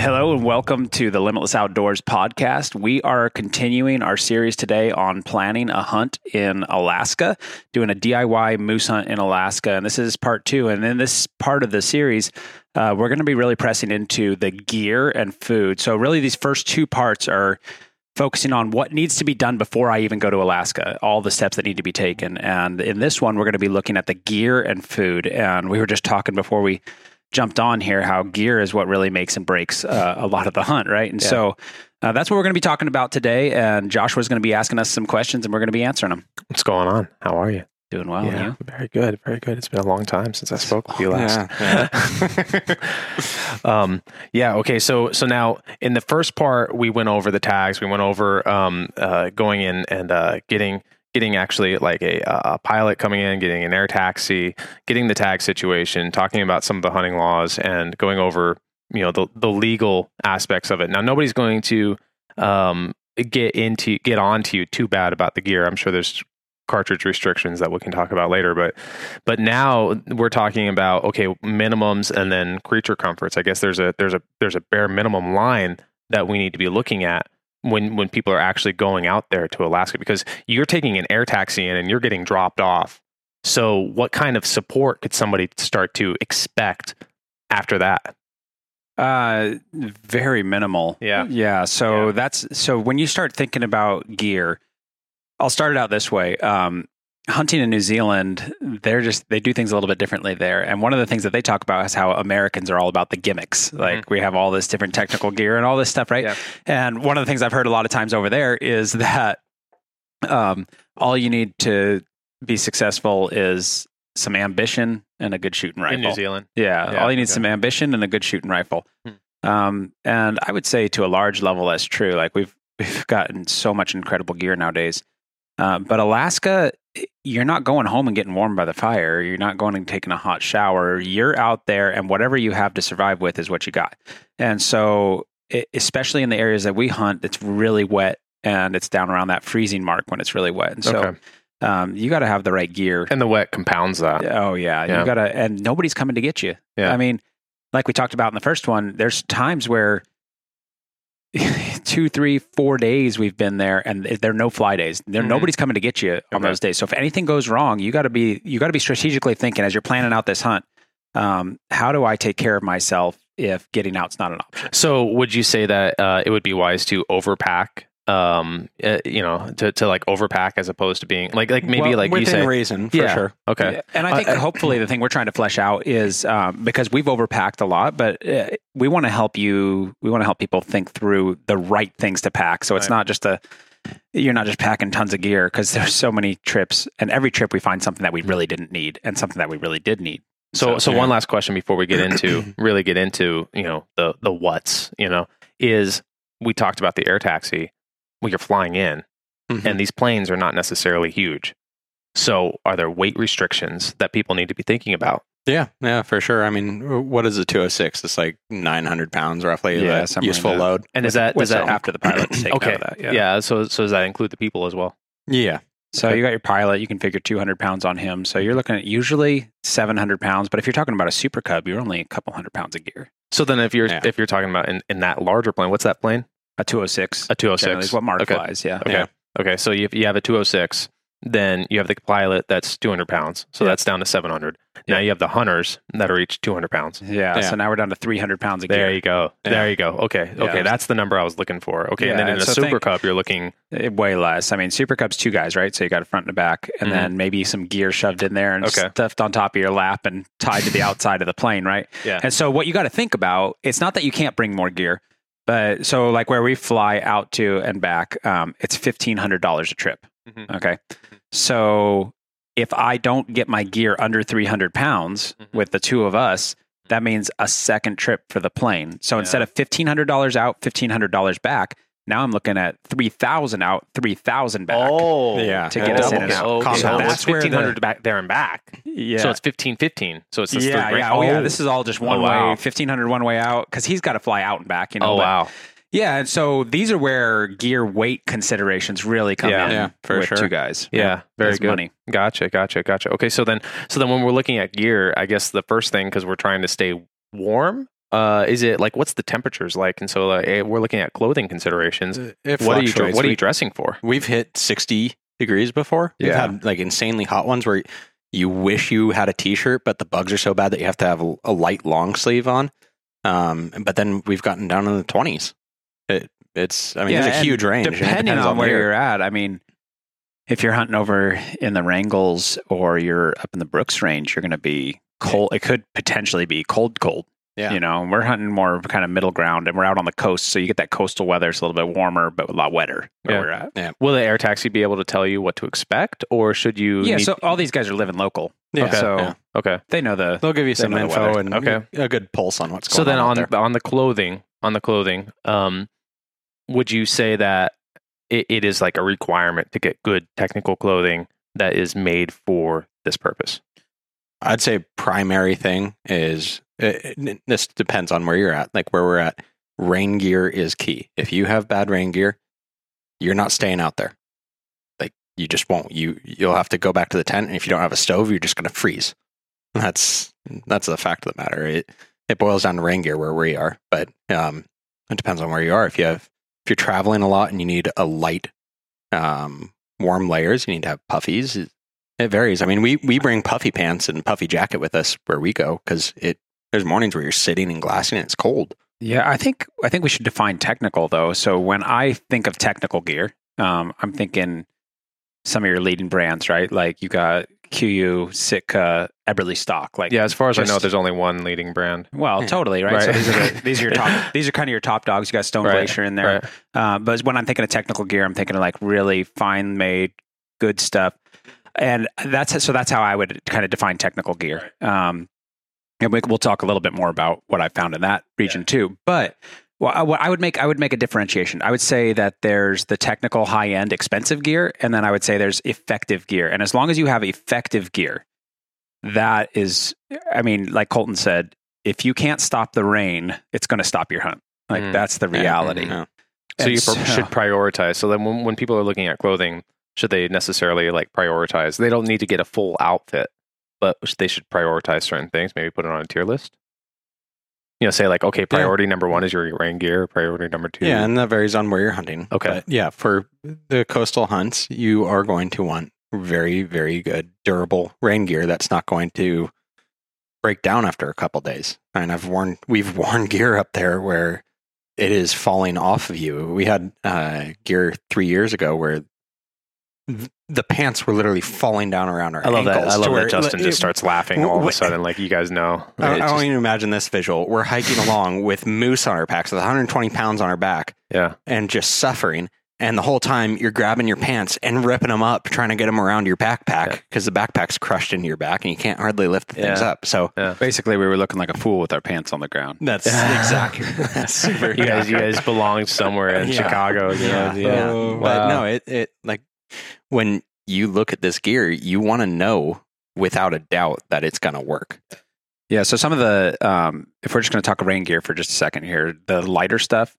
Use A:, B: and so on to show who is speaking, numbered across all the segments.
A: welcome to the Limitless Outdoors podcast. We are continuing our series today on planning a hunt in Alaska, doing a DIY moose hunt in Alaska. And this is part two. And in this part of the series, uh, we're going to be really pressing into the gear and food. So, really, these first two parts are focusing on what needs to be done before I even go to Alaska, all the steps that need to be taken. And in this one, we're going to be looking at the gear and food. And we were just talking before we jumped on here how gear is what really makes and breaks uh, a lot of the hunt, right? And
B: Yeah.
A: so uh, that's what we're going to be talking about today. And Joshua's going to be asking us some questions and we're going to be answering them.
B: What's going on? How are you?
A: Doing well, yeah.
B: very good, very good. It's been a long time since I spoke with you last.
C: Yeah,
B: um, yeah. Okay. So, so now in the first part, we went over the tags. We went over um, uh, going in and uh, getting getting actually like a, a pilot coming in, getting an air taxi, getting the tag situation, talking about some of the hunting laws, and going over you know the the legal aspects of it. Now, nobody's going to um, get into get onto you too bad about the gear. I'm sure there's cartridge restrictions that we can talk about later, but but now we're talking about okay minimums and then creature comforts i guess there's a there's a there's a bare minimum line that we need to be looking at when when people are actually going out there to alaska because you're taking an air taxi in and you're getting dropped off so what kind of support could somebody start to expect after that
A: Uh, very minimal.
B: yeah
A: Yeah. So
B: Yeah.
A: that's so when you start thinking about gear, I'll start it out this way. Um, hunting in New Zealand, they're just they do things a little bit differently there. And one of the things that they talk about is how Americans are all about the gimmicks. Like we have all this different technical gear and all this stuff, right?
B: Mm-hmm. Yeah.
A: And one of the things I've heard a lot of times over there is that um, all you need to be successful is some ambition and a good shooting rifle.
B: in new zealand
A: Yeah,
B: Yeah,
A: all you need is
B: okay. Hmm.
A: some ambition and a good shooting rifle. Um, and I would say to a large level that's true. Like we've we've gotten so much incredible gear nowadays. Uh, but Alaska, you're not going home and getting warm by the fire. You're not going and taking a hot shower. You're out there, and whatever you have to survive with is what you got. And so, e- especially in the areas that we hunt, it's really wet and it's down around that freezing mark when it's really wet. And so,
B: Okay.
A: um, you got to have the right gear.
B: and the wet compounds that
A: Oh yeah,
B: Yeah.
A: you gotta, and nobody's coming to get you.
B: Yeah.
A: I mean, like we talked about in the first one, there's times where two, three, four days we've been there, and there are no fly days. There,
B: Mhm.
A: nobody's coming to get you on
B: Okay.
A: those days. So if anything goes wrong, you gotta be you gotta be strategically thinking as you're planning out this hunt. Um, how do I take care of myself if getting out's not an option?
B: So, would you say that uh, it would be wise to overpack? Um, uh, you know, to, to like overpack as opposed to being like like maybe
C: Well,
B: like you
C: within
B: say,
C: reason for
B: Yeah.
C: sure.
B: okay,
A: Yeah. And I think
B: Uh, uh,
A: hopefully the thing we're trying to flesh out is um, because we've overpacked a lot, but uh, we want to help you. We want to help people think through the right things to pack. So it's
B: Right.
A: not just a you're not just packing tons of gear because there's so many trips, and every trip we find something that we really didn't need and something that we really did need.
B: So, so
C: yeah.
B: one last question before we get into really get into you know the the what's you know is we talked about the air taxi. Well, you're flying in,
C: Mhm.
B: and these planes are not necessarily huge. So, are there weight restrictions that people need to be thinking about?
C: Yeah, yeah, for sure. I mean, what is a 206? It's like 900 pounds roughly.
A: Yeah,
C: the
A: somewhere in
C: useful
A: that.
C: load.
B: And is that
A: What's
B: does that
A: that after the pilot's taken
B: okay?
A: out of that?
B: yeah. So, so does that include the people as well?
C: Yeah,
A: So you got your pilot, you can figure 200 pounds on him. So you're looking at usually 700 pounds, but if you're talking about a super cub, you're only a couple hundred pounds of gear.
B: So then, if you're
C: Yeah.
B: if you're talking about in, in that larger plane, what's that plane?
A: A 206.
B: A
A: generally
B: 206.
A: is what Mark
B: Okay.
A: flies. Yeah.
B: Okay.
C: Yeah.
B: Okay. So if you have a 206, then you have the pilot that's 200 pounds. So
A: Yeah.
B: that's down to 700. Now you have the hunters that are each 200 pounds.
A: Yeah,
C: Yeah.
A: So now we're down to 300 pounds a
B: There
A: gear.
B: you go.
C: Yeah.
B: There you go. Okay.
A: Yeah.
B: Okay. That's the number I was looking for. Okay. and
A: Yeah,
B: then in
A: and
B: a
A: so
B: Super
A: think-
B: Cup, you're looking.
A: Eh, Way less. I mean, Super Cup's two guys, right? So you got a front and a back, and
B: Mhm.
A: then maybe some gear shoved in there and
B: Okay.
A: stuffed on top of your lap and tied to the outside of the plane, right?
B: Yeah.
A: And so what you got to think about, it's not that you can't bring more gear, but so like where we fly out to and back, um, it's $1,500 a trip.
B: Mhm.
A: Okay. So if I don't get my gear under 300 pounds
B: Mhm.
A: with the two of us, that means a second trip for the plane. So
B: Mm-hmm. Yeah.
A: instead of $1,500 out, $1,500 back, now I'm looking at 3000 out, 3000 back.
B: Oh.
C: Yeah.
A: To get
C: us
B: okay.
C: in and out.
B: Okay.
C: Compound.
B: So
C: So
B: that's
A: that's where the-
B: 1500 back there and back.
A: Yeah.
B: So it's 1515. So it's this
A: yeah,
B: three-
A: yeah. Oh, yeah. This is all just
B: Oh,
A: one way,
B: wow.
A: 1500 one way out cuz he's got to fly out and back, you know.
B: Oh,
A: but-
B: wow.
A: Yeah, and so these are where gear weight considerations really come
B: Yeah.
A: in
C: Yeah, for
A: with
C: sure.
A: two guys.
B: Yeah. Very
A: That's
B: good.
A: money.
B: Gotcha, gotcha, gotcha. Okay, so then, so then, when we're looking at gear, I guess the first thing because we're trying to stay warm, uh, is it like what's the temperatures like? And so like, eh, we're looking at clothing considerations.
C: It
B: What are you dre-
C: fluctuates.
B: what are
C: We-
B: you dressing for?
C: We've hit 60 degrees before. We've
B: Yeah.
C: had like insanely hot ones where you wish you had a t-shirt, but the bugs are so bad that you have to have a light long sleeve on. Um, but then we've gotten down in the 20s. It, it's, I mean,
A: Yeah,
C: there's a
A: and
C: huge range. and it
A: Depending
C: depends
A: on where
C: year.
A: you're at, I mean, if you're hunting over in the Wrangles or you're up in the Brooks Range, you're going to be cold. It could potentially be cold, cold.
C: Yeah.
A: You know, and we're hunting more of kind of middle ground and we're out on the coast. So you get that coastal weather. It's a little bit warmer, but a lot wetter where
B: Yeah.
A: we're at.
B: Will the air taxi be able to tell you what to expect, or should you?
A: Yeah.
B: need-
A: So all these guys are living local.
C: Yeah.
A: Okay. So
C: Yeah.
B: okay.
A: they know the.
C: They'll give you some
A: know the
C: info
A: weather.
C: and
B: Okay.
C: a good pulse on what's going
B: So then
C: on.
B: on
C: out there.
B: on the clothing on the clothing, um, would you say that it, it is like a requirement to get good technical clothing that is made for this purpose?
C: I'd say primary thing is it, it- this depends on where you're at. Like where we're at, rain gear is key. If you have bad rain gear, you're not staying out there. Like you just won't. You you'll have to go back to the tent, and if you don't have a stove, you're just going to freeze. That's that's the fact of the matter. It it boils down to rain gear where we are, but um, it depends on where you are. If you have if you're traveling a lot and you need a light, um, warm layers, you need to have puffies. It varies. I mean, we we bring puffy pants and puffy jacket with us where we go because it there's mornings where you're sitting and glassing and it's cold.
A: Yeah. I think, I think we should define technical though. So when I think of technical gear, um, I'm thinking some of your leading brands, right? Like you got QU, Sitka, Eberly Stock. Like,
B: Yeah, as far as I know,
A: Just-
B: there's only one leading brand.
A: Well,
C: Yeah.
A: totally right. So
B: Right.
A: these are the, these are your top. These are kind of your top dogs. You got Stone
B: Right.
A: Glacier in there,
B: Right.
A: uh, but when I'm thinking of technical gear, I'm thinking of like really fine made, good stuff, and that's so that's how I would kind of define technical gear. Um, and we, we'll talk a little bit more about what I found in that region too. But well, I, what I would make I would make a differentiation. I would say that there's the technical high end expensive gear, and then I would say there's effective gear. And as long as you have effective gear, that is, I mean, like Colton said, if you can't stop the rain, it's going to stop your hunt. Like
B: Mm.
A: that's the reality.
C: Yeah.
B: So
A: And
B: you pr- should prioritize. So then, when, when people are looking at clothing, should they necessarily like prioritize? They don't need to get a full outfit, but they should prioritize certain things. Maybe put it on a tier list. You know, say like, okay, priority number one is your rain gear. Priority number two,
C: Yeah, and that varies on where you're hunting.
B: Okay.
C: But yeah, for the coastal hunts, you are going to want very, very good, durable rain gear that's not going to break down after a couple days. And I've worn, we've worn gear up there where it is falling off of you. We had uh, gear three years ago where th- the pants were literally falling down around our
B: I love that.
C: ankles.
B: I
C: to
B: love
C: where
B: that
C: it-
B: Justin just
C: it-
B: starts laughing all of a
C: Wh-
B: sudden. Like you guys know,
C: I, I
B: It's
C: don't
B: just-
C: even imagine this visual. We're hiking along with moose on our backs, with 120 pounds on our back,
B: yeah.
C: and just suffering. And the whole time you're grabbing your pants and ripping them up, trying to get them around your backpack because the backpack's crushed into your back and you can't hardly lift the things
B: Yeah.
C: up. So
A: Basically, we were looking like a fool with our pants on the ground.
C: that's exactly that's super.
B: e-, You guys, you guys belong somewhere in
C: Yeah.
B: Chicago. You know?
C: yeah, yeah.
B: Oh,
C: But no, it it like when you look at this gear, you want to know without a doubt that it's going to work.
A: Yeah. So some of the, um, if we're just going to talk rain gear for just a second here, the lighter stuff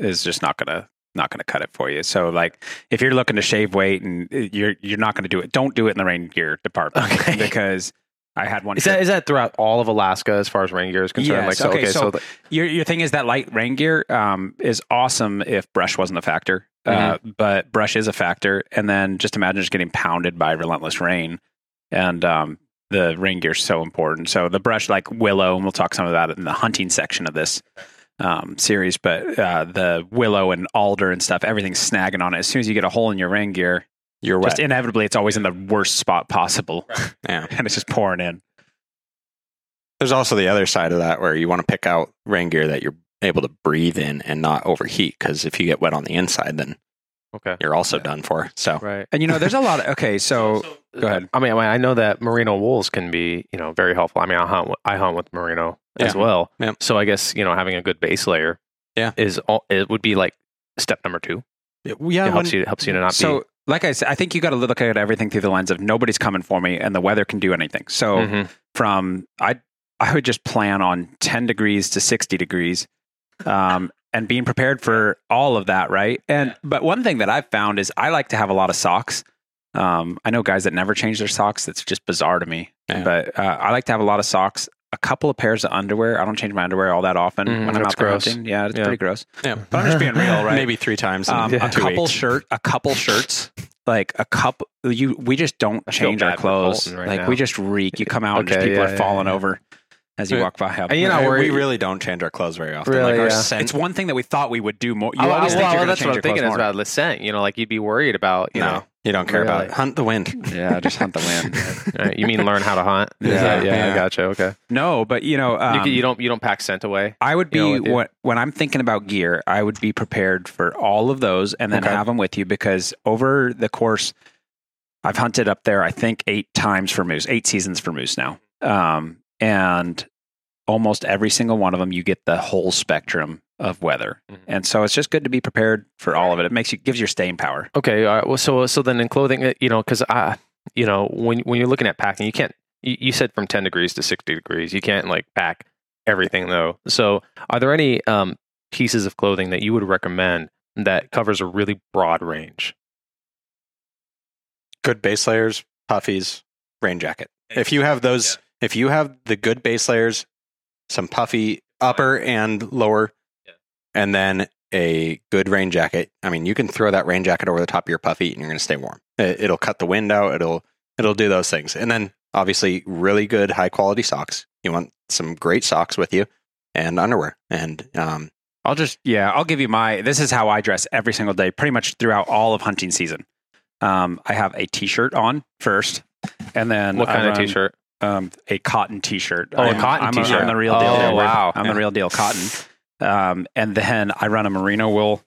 A: is just not going to not going to cut it for you. So like, if you're looking to shave weight and uh, you're you're not going to do it, don't do it in the rain gear department
B: Okay.
A: because I had one.
B: Is
A: trip-
B: that is that throughout all of Alaska as far as rain gear is
A: Yes,
B: concerned? Like so,
A: okay,
B: okay,
A: so-
B: so, the-
A: your your thing is that light rain gear um, is awesome if brush wasn't a factor, uh, but brush is a factor. And then just imagine just getting pounded by relentless rain, and um, the rain gear is so important. So the brush, like willow, and we'll talk some about it in the hunting section of this um, series. But uh, the willow and alder and stuff, everything's snagging on it. As soon as you get a hole in your rain gear,
C: You're wet.
A: just inevitably, it's always in the worst spot possible,
C: yeah.
A: and it's just pouring in.
C: There's also the other side of that where you want to pick out rain gear that you're able to breathe in and not overheat because if you get wet on the inside, then
B: okay,
C: you're also done for. So
B: right.
A: And you know, there's a lot. Of, okay, so go ahead.
B: I mean, I mean, I know that merino wools can be, you know, very helpful. I mean, I hunt, with- I hunt with merino as
C: Yeah.
B: well.
C: Yeah.
B: So I guess you know having a good base layer,
C: Yeah.
B: is all. It would be like step number two.
C: yeah,
B: it helps you. It helps you to not
A: so,
B: be.
A: like I said, I think you got to look at everything through the lens of nobody's coming for me, and the weather can do anything. So,
B: Mhm.
A: from I, I would just plan on ten degrees to sixty degrees, um, and being prepared for all of that, right? And but one thing that I've found is I like to have a lot of socks. Um, I know guys that never change their socks. That's just bizarre to me.
C: Yeah.
A: But uh, I like to have a lot of socks. a couple of pairs of underwear. I don't change my underwear all that often
B: Mm,
A: when I'm
B: that's
A: out there
B: gross.
A: hunting. Yeah, it's
B: Yeah.
A: pretty gross.
C: Yeah.
A: But I'm just being real, right?
C: Maybe three times in
A: um,
B: Yeah.
A: a
C: two
A: couple
C: weeks.
A: shirt, a couple shirts, like a couple. You we just don't
B: I feel
A: change our
B: bad for
A: clothes.
B: Bolton right
A: like
B: now.
A: we just reek. You come out and just
B: Okay,
A: people
B: yeah,
A: are
B: yeah,
A: falling
B: yeah.
A: over as you
C: Uh,
A: walk by. How
B: and you know,
C: Yeah,
B: we're-
C: we really don't change our clothes very often.
B: Really,
C: like our
B: yeah.
C: scent,
A: it's one thing that we thought we would do more. You
B: Oh,
A: always
B: oh,
A: think
B: well,
A: you're going
B: that's
A: to change
B: what I'm
A: your
B: thinking
A: clothes
B: is
A: more.
B: about the scent. You know, like you'd be worried about, you
C: no,
B: know.
C: you don't care about it.
B: Really?
C: Hunt the wind.
A: Yeah, just hunt the wind.
B: Right, you mean learn how to hunt? Is
A: Yeah.
B: that- yeah,
C: Yeah.
B: I gotcha. Okay,
A: no, but you know,
B: You
A: um,
B: can- you, don't you don't pack scent away.
A: I would be
B: You know, with you.
A: what when I'm thinking about gear, I would be prepared for all of those and then
B: Okay.
A: have them with you because over the course, I've hunted up there. I think eight times for moose, eight seasons for moose now, um, and almost every single one of them, you get the whole spectrum of weather,
B: Mhm.
A: and so it's just good to be prepared for all of it. It makes you gives your staying power.
B: Okay, all right. well, so so then in clothing, uh, you know, because I, you know, when when you're looking at packing, you can't. You, you said from ten degrees to sixty degrees, you can't like pack everything though. So, are there any um, pieces of clothing that you would recommend that covers a really broad range?
C: Good base layers, puffies, rain jacket. If you have those, if you have the good base layers, some puffy upper and lower,
B: Yeah.
C: and then a good rain jacket. I mean, you can throw that rain jacket over the top of your puffy, and you're going to stay warm. It, it'll cut the wind out. It'll it'll do those things. And then obviously, really good high quality socks. You want some great socks with you, and underwear. And um,
A: I'll just yeah, I'll give you my. This is how I dress every single day, pretty much throughout all of hunting season. Um, I have a t-shirt on first, and then
B: what
A: I
B: kind of
A: run-
B: t-shirt?
A: um, a cotton T-shirt.
B: Oh, a
A: I'm,
B: cotton
A: I'm
B: t-shirt.
A: I'm the real deal.
B: Oh,
A: Yeah, we're-
B: wow.
A: I'm
C: Yeah.
A: the real deal. Cotton. Um, and then I run a merino wool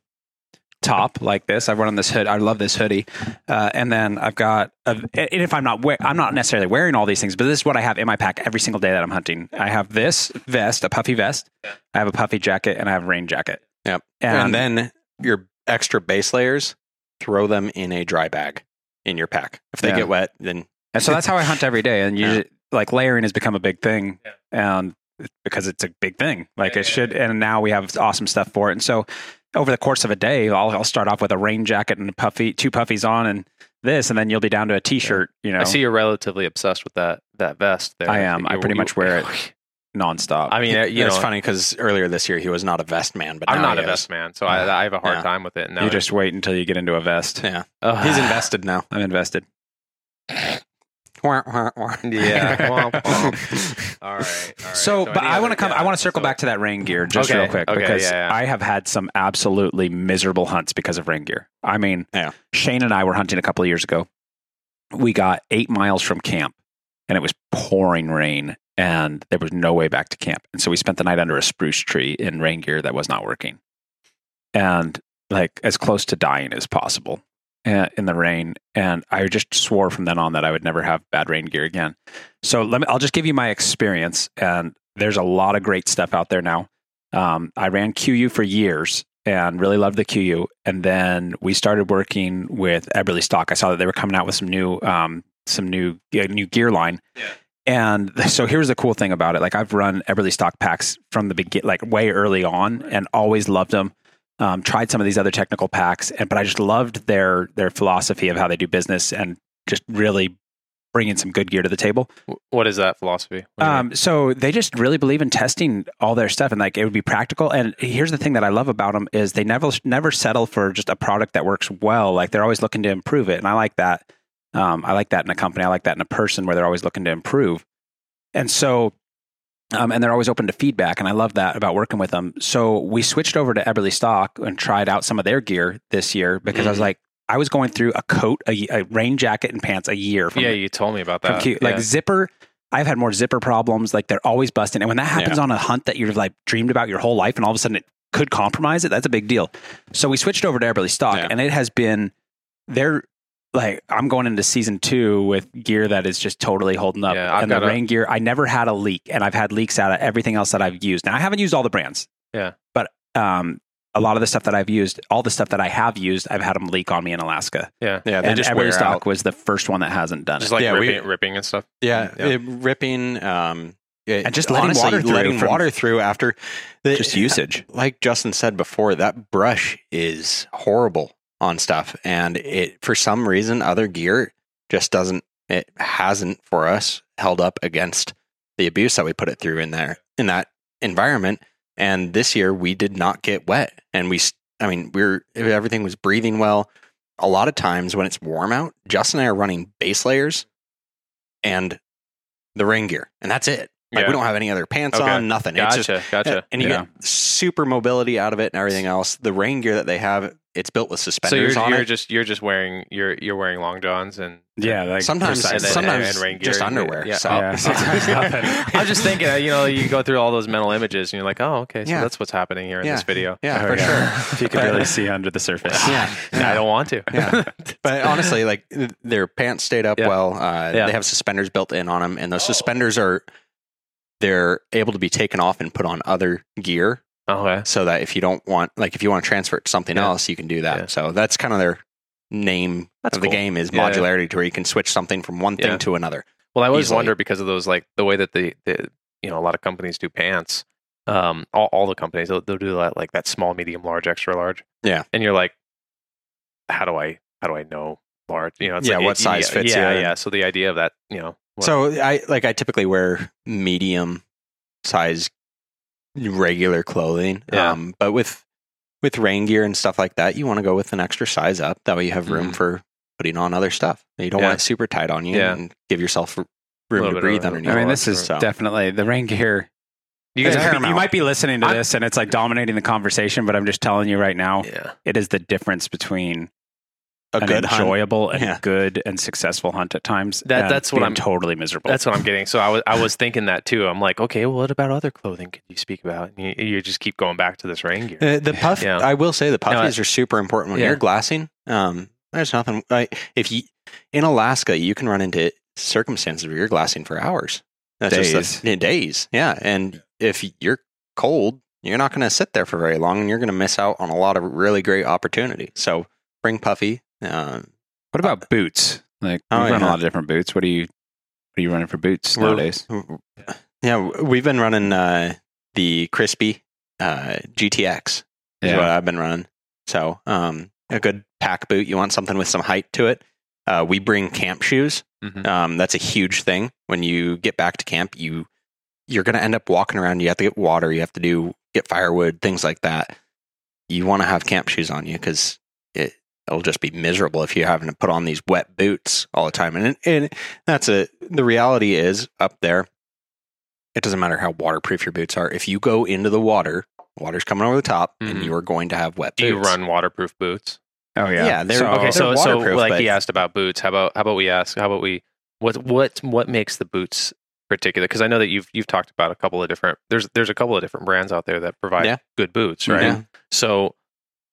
A: top like this. I run on this hood. I love this hoodie. Uh, and then I've got. A, and if I'm not, wear, I'm not necessarily wearing all these things, but this is what I have in my pack every single day that I'm hunting. I have this vest, a puffy vest. I have a puffy jacket, and I have a rain jacket.
C: Yep.
A: And,
C: and
A: then
C: then your extra base layers, throw them in a dry bag in your pack. If they
A: Yeah.
C: get wet, then
A: and so that's how I hunt every day. And you
C: Yeah.
A: like layering has become a big thing. And because it's a big thing. Like it should, and now we have awesome stuff for it. And so, over the course of a day, I'll, I'll start off with a rain jacket and a puffy, two puffies on, and this, and then you'll be down to a t-shirt. You know,
B: I see you're relatively obsessed with that that vest. There,
A: I am. I
B: You-
A: pretty
B: you-
A: much wear it nonstop.
B: I mean, uh, you
C: it's
B: know,
C: funny because earlier this year he was not a vest man, but
B: I'm
C: now
B: not a
C: he
B: vest man, so I, I have a hard
C: Yeah.
B: time with it. Now
A: you just wait until you get into a vest.
C: Yeah.
B: Ugh.
C: is. He's invested now.
A: I'm invested.
B: Yeah. Womp, womp. all right. all right.
A: So, but
B: any
A: I want to
B: other-
A: come.
B: yeah,
A: I want to circle
B: so-
A: back to that rain gear just
B: Okay,
A: real quick
B: okay,
A: because
B: yeah, yeah.
A: I have had some absolutely miserable hunts because of rain gear. I mean,
C: Yeah.
A: Shane and I were hunting a couple of years ago. We got eight miles from camp, and it was pouring rain, and there was no way back to camp. And so we spent the night under a spruce tree in rain gear that was not working, and like as close to dying as possible uh, in the rain. And I just swore from then on that I would never have bad rain gear again. So let me. I'll just give you my experience, and there's a lot of great stuff out there now. Um, I ran QU for years and really loved the QU, and then we started working with Eberly Stock. I saw that they were coming out with some new, um, some new, yeah, new gear line.
B: Yeah.
A: And so here's the cool thing about it. Like I've run Eberly Stock packs from the begin, like way early on, and always loved them. Um, tried some of these other technical packs, and but I just loved their their philosophy of how they do business and just really bringing some good gear to the table.
B: What is that philosophy? What do you mean?
A: Um, so they just really believe in testing all their stuff, and like it would be practical. And here's the thing that I love about them is they never never settle for just a product that works well. Like they're always looking to improve it, and I like that. Um, I like that in a company. I like that in a person where they're always looking to improve. And so, um, and they're always open to feedback, and I love that about working with them. So we switched over to Eberly Stock and tried out some of their gear this year because I was
B: Mm-hmm.
A: like, I was going through a coat, a, y- a rain jacket, and pants a year from
B: yeah, you told me about
A: from
B: that.
A: Q- Like zipper, I've had more zipper problems. Like they're always busting. And when that happens on a hunt that you've like dreamed about your whole life, and all of a sudden it could compromise it, that's a big deal. So we switched over to Everly Stock,
C: Yeah.
A: and it has been they're like I'm going into season two with gear that is just totally holding up.
B: Yeah, I've
A: and the
B: got a-
A: rain gear, I never had a leak, and I've had leaks out of everything else that I've used. Now I haven't used all the brands.
B: Yeah.
A: but um. A lot of the stuff that I've used, all the stuff that I have used, I've had them leak on me in Alaska.
B: yeah,
C: Yeah, they
A: and
C: just
A: Everly
C: wear
A: Stock
C: out.
A: was the first one that hasn't done it.
B: just like
C: Yeah, we-
B: ripping, ripping and stuff.
C: Yeah,
B: Yeah.
C: it- ripping. Um, it-
A: And just letting water through
C: letting
A: from-
C: water through after the,
A: just usage.
C: Like Justin said before, that brush is horrible on stuff, and it for some reason other gear just doesn't. It hasn't for us held up against the abuse that we put it through in there in that environment. And this year we did not get wet, and we s- I mean we are everything was breathing well. A lot of times when it's warm out, Justin and I are running base layers and the rain gear, and that's it. Like
B: Yeah.
C: we don't have any other pants
B: Okay.
C: on, nothing. It's
B: Gotcha.
C: just
B: gotcha.
C: and you
A: Yeah.
C: get super mobility out of it and everything else. The rain gear that they have, it's built with
B: So
C: suspenders
B: you're,
C: on
B: you're
C: it.
B: just you're just wearing you're you're wearing long johns and
A: Yeah, like
C: sometimes,
B: and
A: precisely.
B: then-
C: sometimes
B: and rain gear
C: just
B: and-
C: underwear.
B: yeah.
C: So.
A: Yeah.
B: I'm just thinking, uh, you know, you go through all those mental images and you're like, oh, okay, so
C: Yeah.
B: that's what's happening here in
C: Yeah.
B: this video.
C: Yeah,
A: Oh,
C: for
A: yeah.
C: sure.
A: if you could really see under the surface.
C: Yeah,
B: And I don't want to.
C: Yeah. But honestly, like th- their pants stayed up
B: Yeah.
C: well. Uh,
B: Yeah. Oh.
C: They have suspenders built in on them, and those suspenders are they're able to be taken off and put on other gear,
B: okay.
C: so that if you don't want, like, if you want to transfer it to something
B: Yeah.
C: else, you can do that.
B: Yeah.
C: So that's kind of their name
B: That's
C: of
B: cool.
C: the game is
B: Yeah, yeah.
C: modularity, to where you can switch something from one thing
B: Yeah.
C: to another.
B: Well, I always
C: easily.
B: wonder because of those, like the way that the, the you know a lot of companies do pants. Um, all, all the companies they'll, they'll do that like that small, medium, large, extra large.
C: Yeah.
B: and you're like, how do I how do I know large? You know,
C: Yeah,
B: like,
C: what size
B: yeah,
C: fits
B: Yeah,
C: you.
B: yeah. So the idea of that, you know, what-
C: So I like I typically wear medium size regular clothing.
B: Yeah.
C: Um but with with rain gear and stuff like that, you want to go with an extra size up. That way you have room
B: Mhm.
C: for putting on other stuff. You don't
B: Yeah.
C: want it super tight on you
B: Yeah.
C: and give yourself r-
B: Little bit
C: room to
B: of
C: breathe
B: room.
C: underneath.
A: I mean,
B: No,
A: this is
C: so-
A: definitely the rain gear.
B: you guys
A: It's
B: have
A: paramount. you might be listening to
B: I-
A: this, and it's like dominating the conversation. But I'm just telling you right now,
B: yeah.
A: it is the difference between
C: a
A: an
C: good hunt.
A: enjoyable and
C: Yeah.
A: good and successful hunt at times.
B: That-
A: and
B: that's what
A: being
B: I'm-
A: totally miserable.
B: That's what I'm getting. So I was I was thinking that too. I'm like, okay, well, what about other clothing? Could you speak about? And you, you just keep going back to this rain gear.
C: Uh, the puff,
B: Yeah.
C: I will say the
B: No,
C: puffies are super important when
B: Yeah.
C: you're glassing. Um, there's nothing like if you in Alaska, you can run into circumstances where you're glassing for hours, That's just the-
A: Days.
C: yeah, days, yeah. And if you're cold, you're not going to sit there for very long, and you're going to miss out on a lot of really great opportunity. So bring puffy. Um,
A: What about boots? Like we
C: Oh,
A: run a
C: yeah.
A: lot of different boots. What do you what are you running for boots
C: We're-
A: nowadays?
C: yeah, we've been running uh, the crispy uh, GTX. is what I've been running. So, um, a good pack boot. You want something with some height to it. Uh, we bring camp shoes.
B: Mhm.
C: Um, that's a huge thing. When you get back to camp, you you're going to end up walking around. You have to get water. You have to do get firewood, things like that. You want to have camp shoes on you because it it'll just be miserable if you're having to put on these wet boots all the time. And and that's a the reality is up there. It doesn't matter how waterproof your boots are. If you go into the water, water's coming over the top, and
B: Mhm.
C: you are going to have wet
B: Do you
C: boots.
B: run waterproof boots?
A: Oh yeah.
C: yeah, they're-
A: so,
C: okay,
B: Okay, so so
C: waterproof,
B: like
C: but-
B: he asked about boots. How about how about we ask? How about we what what what makes the boots particular? Because I know that you've you've talked about a couple of different. There's there's a couple of different brands out there that provide
C: Yeah.
B: good boots, right?
C: Yeah.
B: So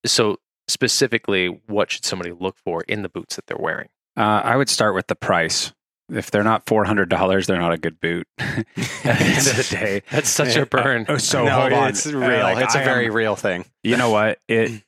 B: so specifically, what should somebody look for in the boots that they're wearing?
A: uh, I would start with the price. If they're not four hundred dollars, they're not a good boot. At the end of the day.
B: That's such
A: Yeah.
B: a burn.
A: Oh, so
C: No,
A: hold on.
C: It's
A: Uh,
C: real.
A: like,
C: it's a
A: I
C: very
A: am-
C: real thing.
A: you know what it.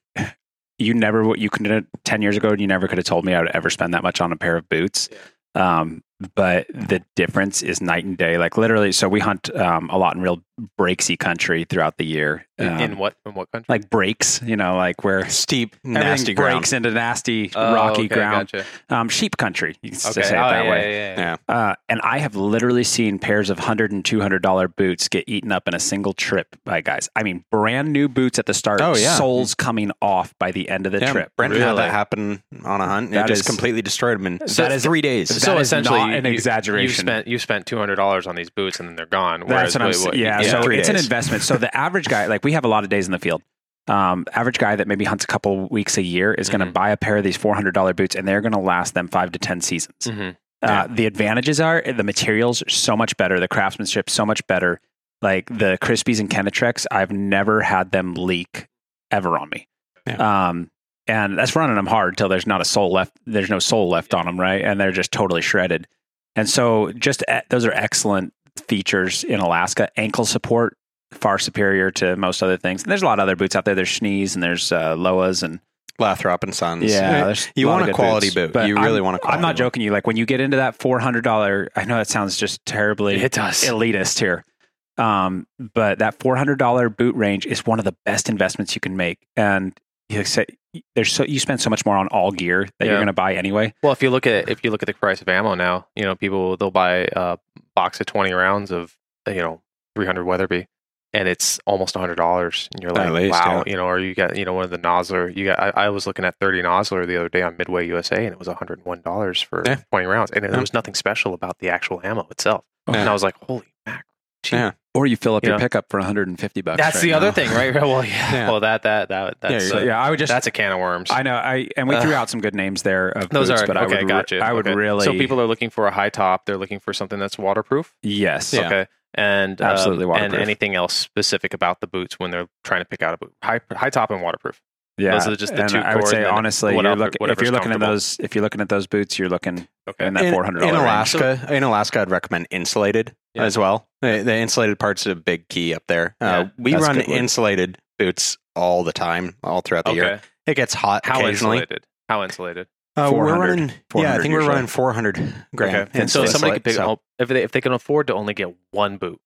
A: You never would. You could ten years ago, you never could have told me I would ever spend that much on a pair of boots. Um, but the difference is night and day. Like literally, so we hunt um, a lot in real breaksy country throughout the year.
B: In-
A: Um,
B: in what in what country?
A: like breaks, you know, like where
C: Steep, nasty
A: everything
C: ground.
A: breaks into nasty
B: Oh,
A: rocky
B: okay,
A: ground
B: Gotcha.
A: um, sheep country you can s-
B: Okay.
A: say it
B: Oh,
A: that
B: yeah,
A: way
B: yeah, yeah.
C: Yeah.
A: Uh, and i have literally seen pairs of 100 and 200 dollar boots get eaten up in a single trip by guys i mean brand new boots at the start
C: Oh, yeah.
A: soles coming off by the end of the
C: Yeah,
A: trip
C: Brendan had
B: Really?
C: that happen on a hunt. and
A: That
C: it just
A: is-
C: completely destroyed him. In
A: So-
C: that is three days.
A: that is not an
B: You
A: exaggeration.
B: spent you spent two hundred dollars on these boots and then they're gone.
A: That's
B: whereas
A: what I'm saying. Yeah,
C: yeah,
A: so
C: three
A: it's an
C: days.
A: investment. So the average guy, like we have a lot of days in the field. Um, average guy that maybe hunts a couple weeks a year is going to
B: Mhm.
A: buy a pair of these four hundred dollar boots, and they're going to last them five to ten seasons.
B: Mhm.
A: Uh, the advantages are eh, the materials are so much better, the craftsmanship so much better. Like the Crispies and Kenetrex, I've never had them leak ever on me. Um, and that's running them hard till there's not a soul left. There's no soul left on them, right? And they're just totally shredded. And so, just e- those are excellent features in Alaska. Ankle support far superior to most other things. And there's a lot of other boots out there. There's Schnees and there's uh, Loas and
C: Lathrop and Sons.
A: there's
C: you
A: lot
C: want
A: of
C: a
A: good
C: quality
A: boots.
C: boot.
A: But
C: You really
A: I'm-
C: want a quality
A: I'm not
C: one.
A: joking you. Like when you get into that four hundred dollar, I know that sounds just terribly
B: It does.
A: elitist here. Um, but that four hundred dollar boot range is one of the best investments you can make, and you said there's so you spend so much more on all gear that you're
B: Yeah.
A: going to buy anyway.
B: Well, if you look at if you look at the price of ammo now, you know people they'll buy a box of twenty rounds of you know, 300 Weatherby, and it's almost $100, and you're
C: At
B: like,
C: least,
B: wow,
C: yeah.
B: you know, or you got, you know, one of the Nosler, you got, I, I was looking at 30 Nosler the other day on Midway USA, and it was $101 for
C: Yeah.
B: 20 rounds, and there
C: Yeah.
B: was nothing special about the actual ammo itself.
A: Yeah.
B: And I was like, holy mac. gee.
C: Yeah.
A: Or you fill up your
B: Yeah.
A: pickup for 150 bucks.
B: That's
A: right
B: the other
A: now.
B: thing, right? Well, yeah.
C: Yeah.
B: Well, that that that that's
A: So, yeah, I would just.
B: that's a can of worms.
A: I know. I and we
B: Uh,
A: threw out some good names there. Of
B: Those
A: boots,
B: are
A: but I
B: okay.
A: would, re-
B: gotcha.
A: I would
B: Okay.
A: really.
B: So people are looking for a high top. They're looking for something that's waterproof.
A: Yes.
C: Yeah.
B: Okay. And um,
A: Absolutely
B: And
A: waterproof.
B: anything else specific about the boots when they're trying to pick out a boot? High high top and waterproof.
A: Yeah.
B: Those are just the
A: and
B: two
A: I would
B: cores
A: say
B: and then
A: honestly,
B: what
A: you're
B: outfit-
A: look, if
B: whatever's
A: you're looking at
B: comfortable.
A: those, if you're looking at those boots, you're looking
B: Okay.
A: in that
C: In-
A: four hundred
C: in
A: dollars.
C: Alaska. in Alaska, I'd recommend insulated
B: Yeah.
C: as well. The, the insulated part's a big key up there. Uh,
B: Yeah,
C: we
A: that's a
C: run
A: good word.
C: insulated boots all the time, all throughout the
B: okay.
C: year. It gets hot
B: How
C: occasionally.
B: insulated? How insulated?
C: Uh, we're
A: 400,
C: running, yeah, I
A: 400
C: think we're
A: usually.
C: running 400 grand.
B: Okay. And so
C: insulated.
B: somebody could pick
C: So,
B: up if they if they can afford to only get one boot,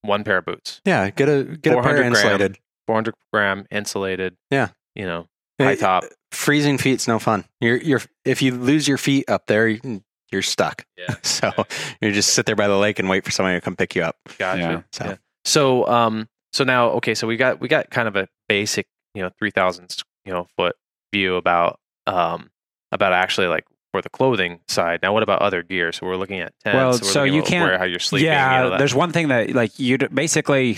B: one pair of boots,
C: Yeah, get a get a
B: 400
C: pair
B: gram.
C: insulated.
B: 400 gram insulated.
C: Yeah.
B: You know,
C: Uh,
B: high
A: eh,
B: top.
C: Freezing feet's no fun. You're you're if you lose your feet up there, you- you're stuck.
B: Yeah.
C: So you just sit there by the lake and wait for somebody to come pick you up.
B: Gotcha.
A: Yeah.
C: So
B: Yeah. So um so now okay so we got we got kind of a basic you know three thousand you know foot view about um about actually like for the clothing side. Now what about other gear? So we're looking at tents.
A: Well,
B: we're
A: so
B: looking
A: you
B: at
A: can't-
B: where, how you're sleeping.
A: yeah,
B: you know, that-
A: there's one thing that like you basically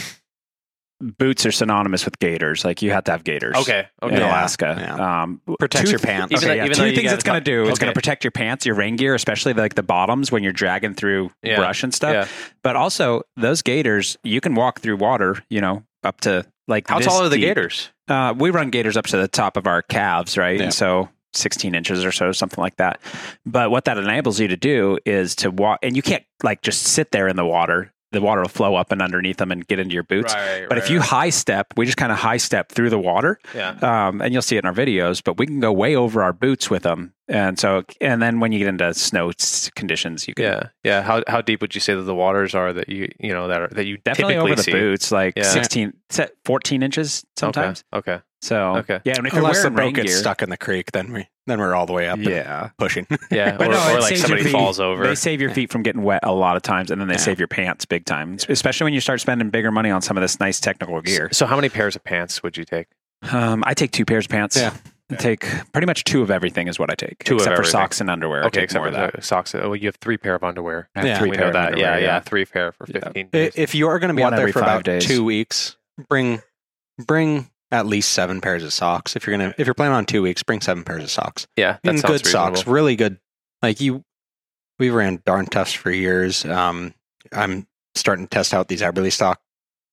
A: boots are synonymous with gaiters. Like you have to have gaiters.
B: okay okay
A: In
C: Yeah.
A: Alaska, um,
C: protects
A: two-
C: your pants.
A: Okay,
B: Even though-
A: yeah,
B: even though
A: two
B: you
A: things
B: got
A: it's
B: the-
A: going to do. It's
B: okay.
A: going to protect your pants, your rain gear, especially like the bottoms when you're dragging through
B: Yeah.
A: brush and stuff.
B: Yeah.
A: But also those gators, you can walk through water. You know, up to like
B: How
A: this
B: tall are the
A: deep.
B: gators?
A: Uh, we run gators up to the top of our calves, right?
C: Yeah.
A: And so 16 inches or so, something like that. But what that enables you to do is to walk, and you can't like just sit there in the water. The water will flow up and underneath them and get into your boots.
B: Right,
A: But if
B: right,
A: you
B: right.
A: high step, we just kind of high step through the water,
B: yeah
A: um, and you'll see it in our videos. But we can go way over our boots with them, and so and then when you get into snow s- conditions, you can
B: yeah yeah how how deep would you say that the waters are that you you know that are that you
A: definitely
B: typically
A: over the
B: see?
A: boots, like
B: Yeah.
A: 16, se- 14 inches sometimes.
B: Okay. okay.
A: So
B: Okay.
A: yeah, and if
C: Unless the
A: you're wearing rain
C: boat gets
A: gear,
C: stuck in the creek, then we then we're all the way up and
A: yeah.
C: pushing.
B: Yeah,
A: But
B: or,
A: no, it
B: or like
A: saves your
B: somebody
A: feet.
B: falls over.
A: They save your feet from getting wet a lot of times, and then they
C: Yeah.
A: save your pants big time, especially when you start spending bigger money on some of this nice technical gear.
B: So how many pairs of pants would you take?
A: Um, I take two pairs of pants.
C: Yeah.
A: I take pretty much two of everything is what I take,
B: Two of
A: except for
B: everything.
A: socks and underwear. I
B: Okay,
A: take
B: except
A: more
B: for
A: of that.
B: the socks. Oh, you have three pair of underwear.
A: I have
C: Yeah,
A: three
B: we
A: pair
B: know
A: of
B: that. Yeah,
A: underwear,
B: yeah, three pair for
A: Yeah.
B: fifteen.
C: I-
B: days.
C: If you are going to be
A: One
C: out there
A: every
C: for
A: five
C: about
A: days.
C: two weeks, bring bring at least seven pairs of socks. If you're gonna if you're planning on two weeks, bring seven pairs of socks.
B: yeah, that
C: and
B: sounds
C: good socks,
B: reasonable.
C: really good. Like you, we ran darn tufts for years. Um, I'm starting to test out these Aberley stock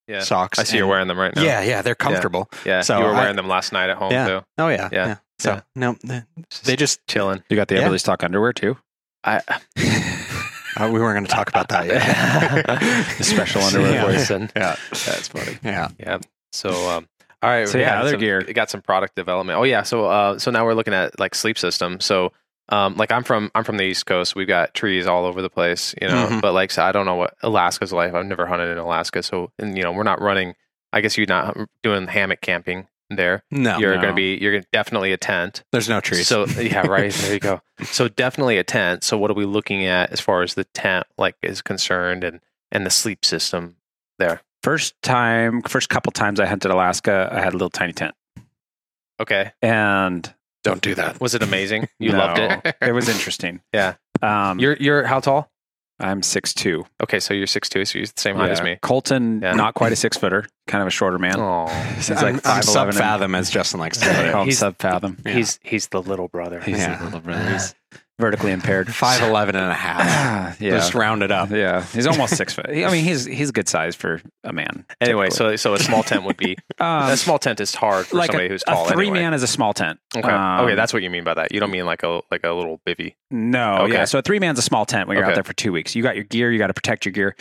B: Yeah.
C: socks.
B: I see you're
C: and-
B: wearing them right now.
C: Yeah, yeah, they're comfortable.
B: yeah.
C: so
B: you were
C: I-
B: wearing them last night at home too,
C: Oh yeah,
B: Yeah.
C: yeah. So
B: Yeah.
C: no, th- they just
B: chilling.
A: You got the
C: Yeah.
A: Everly stock underwear too.
B: I
C: uh, we weren't going to talk about that yet.
A: The special underwear
C: yeah.
B: voice and-
C: Yeah,
B: that's funny.
C: yeah.
B: So, um, all right.
A: So, yeah,
B: we got
A: other
B: some-
A: gear.
B: we Got some product development. Oh yeah. So, uh, so now we're looking at like sleep system. So, um, like I'm from I'm from the East Coast. We've got trees all over the place, you know.
C: Mhm.
A: Mm-hmm.
B: But like, so I don't know what Alaska's like. I've never hunted in Alaska, so and you know we're not running. I guess you're not doing hammock camping there.
C: No,
B: you're
A: Oh, No.
B: going to be you're gonna- definitely a tent.
C: there's no trees.
B: So yeah, right there you go. So definitely a tent. So what are we looking at as far as the tent like is concerned and and the sleep system there?
A: First time, first couple times I hunted Alaska, I had a little tiny tent,
B: Okay,
A: and
C: don't do that.
B: was it amazing? You
A: No.
B: loved it.
A: it was interesting.
B: Yeah.
A: um,
B: You're you're how tall?
A: I'm six two.
B: Okay, so you're six two, so you're the same height as me.
A: Colton,
B: Yeah.
A: not quite a six footer, kind of a shorter man.
B: Oh,
A: He's
C: I'm,
A: like
C: I'm
A: 5'11" and-
C: sub-fathom, as Justin likes to
A: I
C: say.
A: call him
B: He's-
A: sub fathom.
C: Yeah.
B: he's he's the little brother.
A: He's a
C: Yeah.
A: little brother. He's vertically impaired.
C: 5'11 and a half.
A: yeah.
C: Just round it up.
A: yeah. He's almost six foot. I mean, he's he's good size for a man.
B: Anyway,
A: typically.
B: so so a small tent would be
A: um,
B: a small tent is hard for
A: like
B: somebody
A: a,
B: who's tall.
A: three
B: anyway.
A: man is a small tent.
B: Okay,
A: Um,
B: okay, that's what you mean by that. You don't mean like a like a little bivy.
A: no.
B: Okay.
A: Yeah. So a three man's a small tent when you're
B: Okay.
A: out there for two weeks. You got your gear. You got to protect your gear.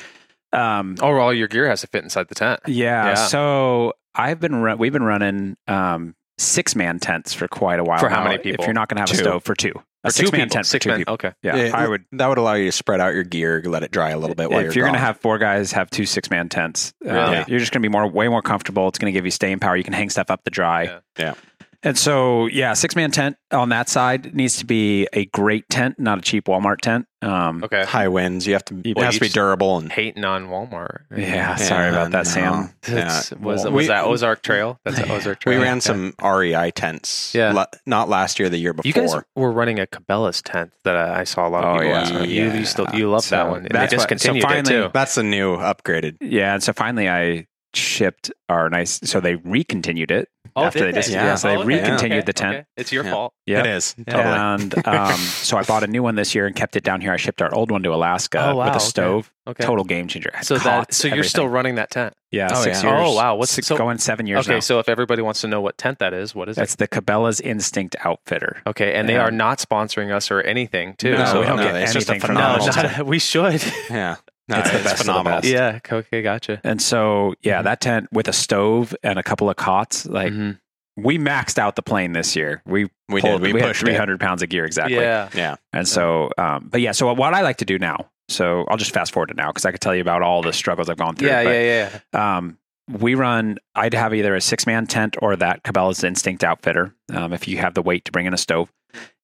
A: Um.
B: Oh, well, your gear has to fit inside the tent.
A: Yeah,
B: Yeah.
A: So I've been run, we've been running um six man tents for quite a while.
B: For how
A: now.
B: many people?
A: If you're not going to have
C: Two.
A: a stove for two, a
B: For two
A: six man
B: people,
A: tent for
B: six
A: two
B: men.
A: people.
B: Okay,
A: Yeah,
C: It-
A: I would.
C: That would allow you to spread out your gear, let it dry a little bit while
A: if you're going to
C: gone.
A: have four guys have two six man tents, um,
B: Really?
A: you're just going to be more way more comfortable. It's going to give you staying power. You can hang stuff up to dry.
B: Yeah.
C: Yeah.
A: And so, yeah, six man tent on that side It needs to be a great tent, not a cheap Walmart tent. Um,
B: Okay.
C: High winds. You have to. It
B: Well,
C: has
B: you
C: to be
B: just-
C: durable and.
B: Hating on Walmart.
A: Yeah, sorry about that,
C: no.
A: Sam.
C: Yeah.
B: That's- was,
C: Well,
B: was
C: we-
B: that Ozark Trail? That's the Ozark
C: We
B: Trail.
C: ran
B: Yeah.
C: some REI tents.
B: Yeah.
C: la- not last year, the year before.
B: You guys were running a Cabela's tent that I I saw a lot of
C: Oh,
B: people.
C: yeah.
B: last month. You,
C: Yeah.
B: you still you love
A: So
B: that one. They
A: that's what- so
B: discontinued
A: finally-
B: it too.
C: That's the new upgraded.
A: Yeah, and so finally I shipped our nice. So they recontinued it. after
B: Oh, did
A: they dis-
C: yeah,
A: so they
C: recontinued
A: the tent.
B: It's your
C: Yeah.
B: fault.
A: Yeah.
C: It is totally.
A: And um, so I bought a new one this year and kept it down here. I shipped our old one to Alaska
B: Oh, wow,
A: with
B: okay.
A: a stove.
B: Okay.
A: Total game changer. It
B: So that
A: cots
B: so you're
A: everything.
B: still running that tent.
A: yeah
C: Oh,
A: six
C: yeah.
A: years.
B: Oh, wow. What's-
A: six,
B: so-
A: going seven years
B: Okay,
A: now.
B: so if everybody wants to know what tent that is, what is it?
A: That's the Cabela's Instinct Outfitter.
B: Okay, and they
A: Yeah.
B: are not sponsoring us or anything too.
A: No,
B: so,
A: we don't
B: okay.
A: get
C: it's just a
A: anything from
B: no,
C: phenomenal
A: them.
C: tent.
B: not, we should.
C: Yeah. No,
A: It's
C: it's,
A: the best of the
C: phenomenal.
A: best.
B: yeah, okay, gotcha.
A: And so
C: Mm-hmm.
A: yeah, that tent with a stove and a couple of cots. Like
B: Mhm.
A: we maxed out the plane this year. We
C: Mm-hmm. We
A: pulled,
C: did. We,
A: had
C: pushed it.
A: 300 pounds of gear exactly.
B: Yeah.
C: Yeah.
A: And so, um, but yeah, so what I like to do now, so I'll just fast forward to now because I could tell you about all the struggles I've gone through.
B: Yeah,
A: but,
B: yeah, yeah.
A: Um, we run, I'd have either a six man tent or that Cabela's Instinct Outfitter um, if you have the weight to bring in a stove.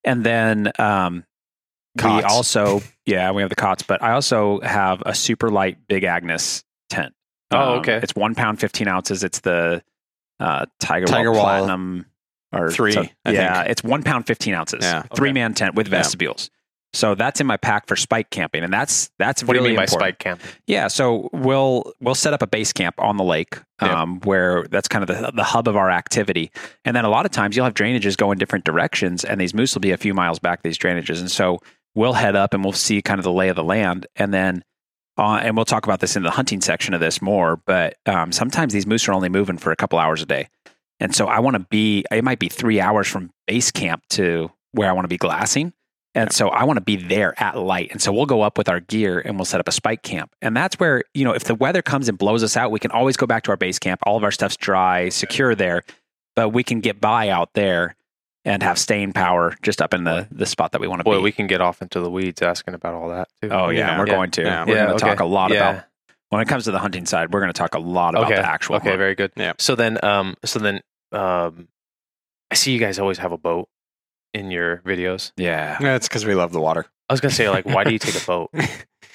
A: And then um, we
C: Cots.
A: also, yeah, we have the cots, but I also have a super light Big Agnes tent. Um,
B: Oh, okay.
A: It's one pound, 15 ounces. It's the uh, Tiger,
C: Tiger
A: Wall
C: Wall
A: Platinum or
C: three,
A: so-
C: I
A: yeah,
C: think.
A: it's one pound, 15 ounces.
C: Yeah.
A: Three man tent with
C: Yeah.
A: vestibules. So that's in my pack for spike camping. And that's, that's
B: What do you
A: really
B: mean by
A: important.
B: spike camp?
A: Yeah, so we'll we'll set up a base camp on the lake,
C: Yeah.
A: um, where that's kind of the, the hub of our activity. And then a lot of times you'll have drainages go in different directions, and these moose will be a few miles back these drainages. And so we'll head up and we'll see kind of the lay of the land, and then uh, and we'll talk about this in the hunting section of this more. But um, sometimes these moose are only moving for a couple hours a day, and so I want to be it might be three hours from base camp to where I want to be glassing. And so I want to be there at light. And so we'll go up with our gear and we'll set up a spike camp. And that's where, you know, if the weather comes and blows us out, we can always go back to our base camp. All of our stuff's dry, secure there, but we can get by out there and have staying power just up in the, the spot that we want to
B: Boy,
A: be.
B: we can get off into the weeds asking about all that too.
A: oh, yeah,
C: Yeah.
A: We're
B: Yeah.
A: going to.
C: Yeah.
A: We're
B: Yeah,
A: going to talk
B: okay.
A: a lot
B: Yeah.
A: about, when it comes to the hunting side, we're going to talk a lot about the actual.
B: Okay,
A: hunt.
B: very good.
C: Yeah.
B: So then, um, so then, um, I see you guys always have a boat in your videos.
A: yeah.
C: Yeah, it's because we love the water.
B: I was gonna say like, why do you take a boat?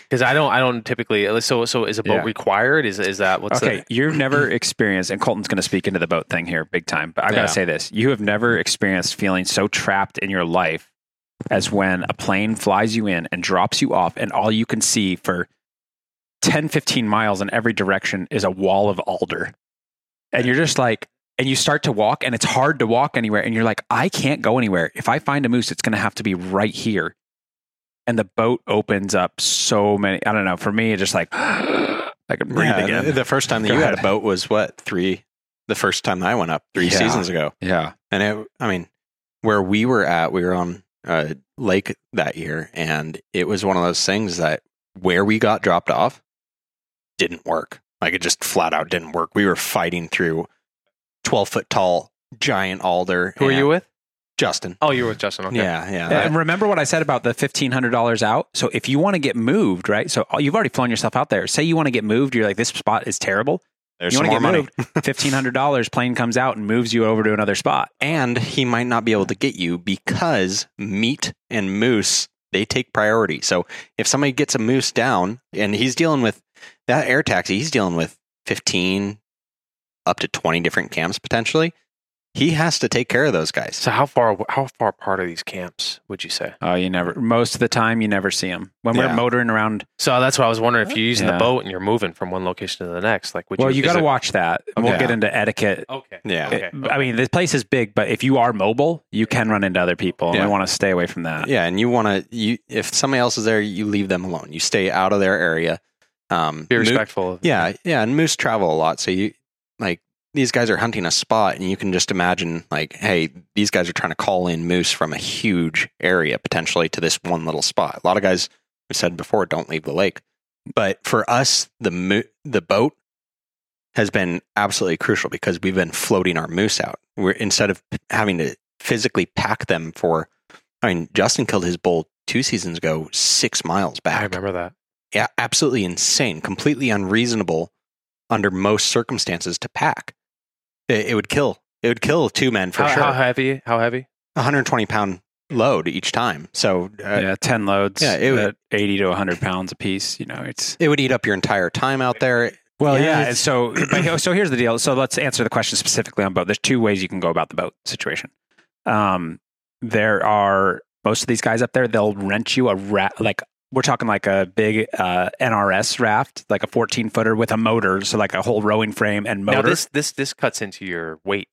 B: Because I don't, I don't typically. So, so is a boat
A: Yeah.
B: required? Is is that what's
A: okay, you've never experienced, and Colton's going to speak into the boat thing here big time, but I've got
C: Yeah.
A: to say this. You have never experienced feeling so trapped in your life as when a plane flies you in and drops you off, and all you can see for 10, 15 miles in every direction is a wall of alder. And you're just like, and you start to walk, and it's hard to walk anywhere. And you're like, I can't go anywhere. If I find a moose, it's going to have to be right here. And the boat opens up so many. I don't know. For me, it's just like, I can breathe
C: Yeah,
A: again.
C: the- The first time that
A: Go
C: you had a
A: ahead.
C: boat was what three? The first time that I went up three
A: Yeah.
C: seasons ago,
A: Yeah.
C: and it. I mean, where we were at, we were on a lake that year, and it was one of those things that where we got dropped off didn't work. Like it just flat out didn't work. We were fighting through twelve foot tall giant alder.
B: Who are you
C: and-
B: with?
C: Justin?
B: Oh, you were with Justin. Okay.
C: Yeah, yeah.
A: Yeah, Uh, and remember what I said about the fifteen hundred dollars out. So if you want to get moved, right? So uh, you've already flown yourself out there. Say you want to get moved, you're like, this spot is terrible.
C: There's
A: you
C: some
A: want to
C: more
A: get
C: money.
A: moved? Fifteen hundred dollars. Plane comes out and moves you over to another spot.
C: and he might not be able to get you because meat and moose they take priority. So if somebody gets a moose down and he's dealing with that air taxi, he's dealing with 15 up to 20 different camps potentially. He has to take care of those guys.
B: So how far how far apart are these camps? Would you say?
A: Oh, you never. Most of the time, you never see them when we're
C: Yeah.
A: motoring around.
B: So that's what I was wondering. If you're using
A: Yeah.
B: the boat and you're moving from one location to the next, like would
A: well,
B: you?
A: you,
B: is
A: got to
B: it-
A: watch that. and We'll
C: Okay.
A: get into etiquette.
B: Okay.
C: Yeah.
B: Okay.
A: I mean, this place is big, but if you are mobile, you can run into other people. and
C: Yeah.
A: We want to stay away from
B: uh,
A: that.
C: Yeah, and you want to you if somebody else is there, you leave them alone. You stay out of their area. Um
B: Be
C: moo-
B: respectful. Of,
C: Yeah, yeah, and moose travel a lot, so you like these guys are hunting a spot, and you can just imagine like, hey, these guys are trying to call in moose from a huge area potentially to this one little spot. A lot of guys, we said before, don't leave the lake, but for us, the mo- the boat has been absolutely crucial because we've been floating our moose out. We're instead of having to physically pack them for. I mean, Justin killed his bull two seasons ago, six miles back
B: I remember that.
C: yeah, absolutely insane, completely unreasonable under most circumstances to pack. It, it would kill It would kill two men for
B: how,
C: sure.
B: how heavy? How heavy?
C: 120 pound load each time. So uh,
A: yeah, ten loads.
C: Yeah, it would-
A: at eighty to hundred pounds a piece. You know, it's
C: it would eat up your entire time out there.
A: well,
C: Yeah,
A: yeah.
C: it's-
A: so, but he- so here's the deal. So let's answer the question specifically on boat. There's two ways you can go about the boat situation. Um, there are most of these guys up there. They'll rent you a raft, like we're talking like a big uh, NRS raft, like a 14 footer with a motor, so like a whole rowing frame and motor.
B: Now this this this cuts into your weight.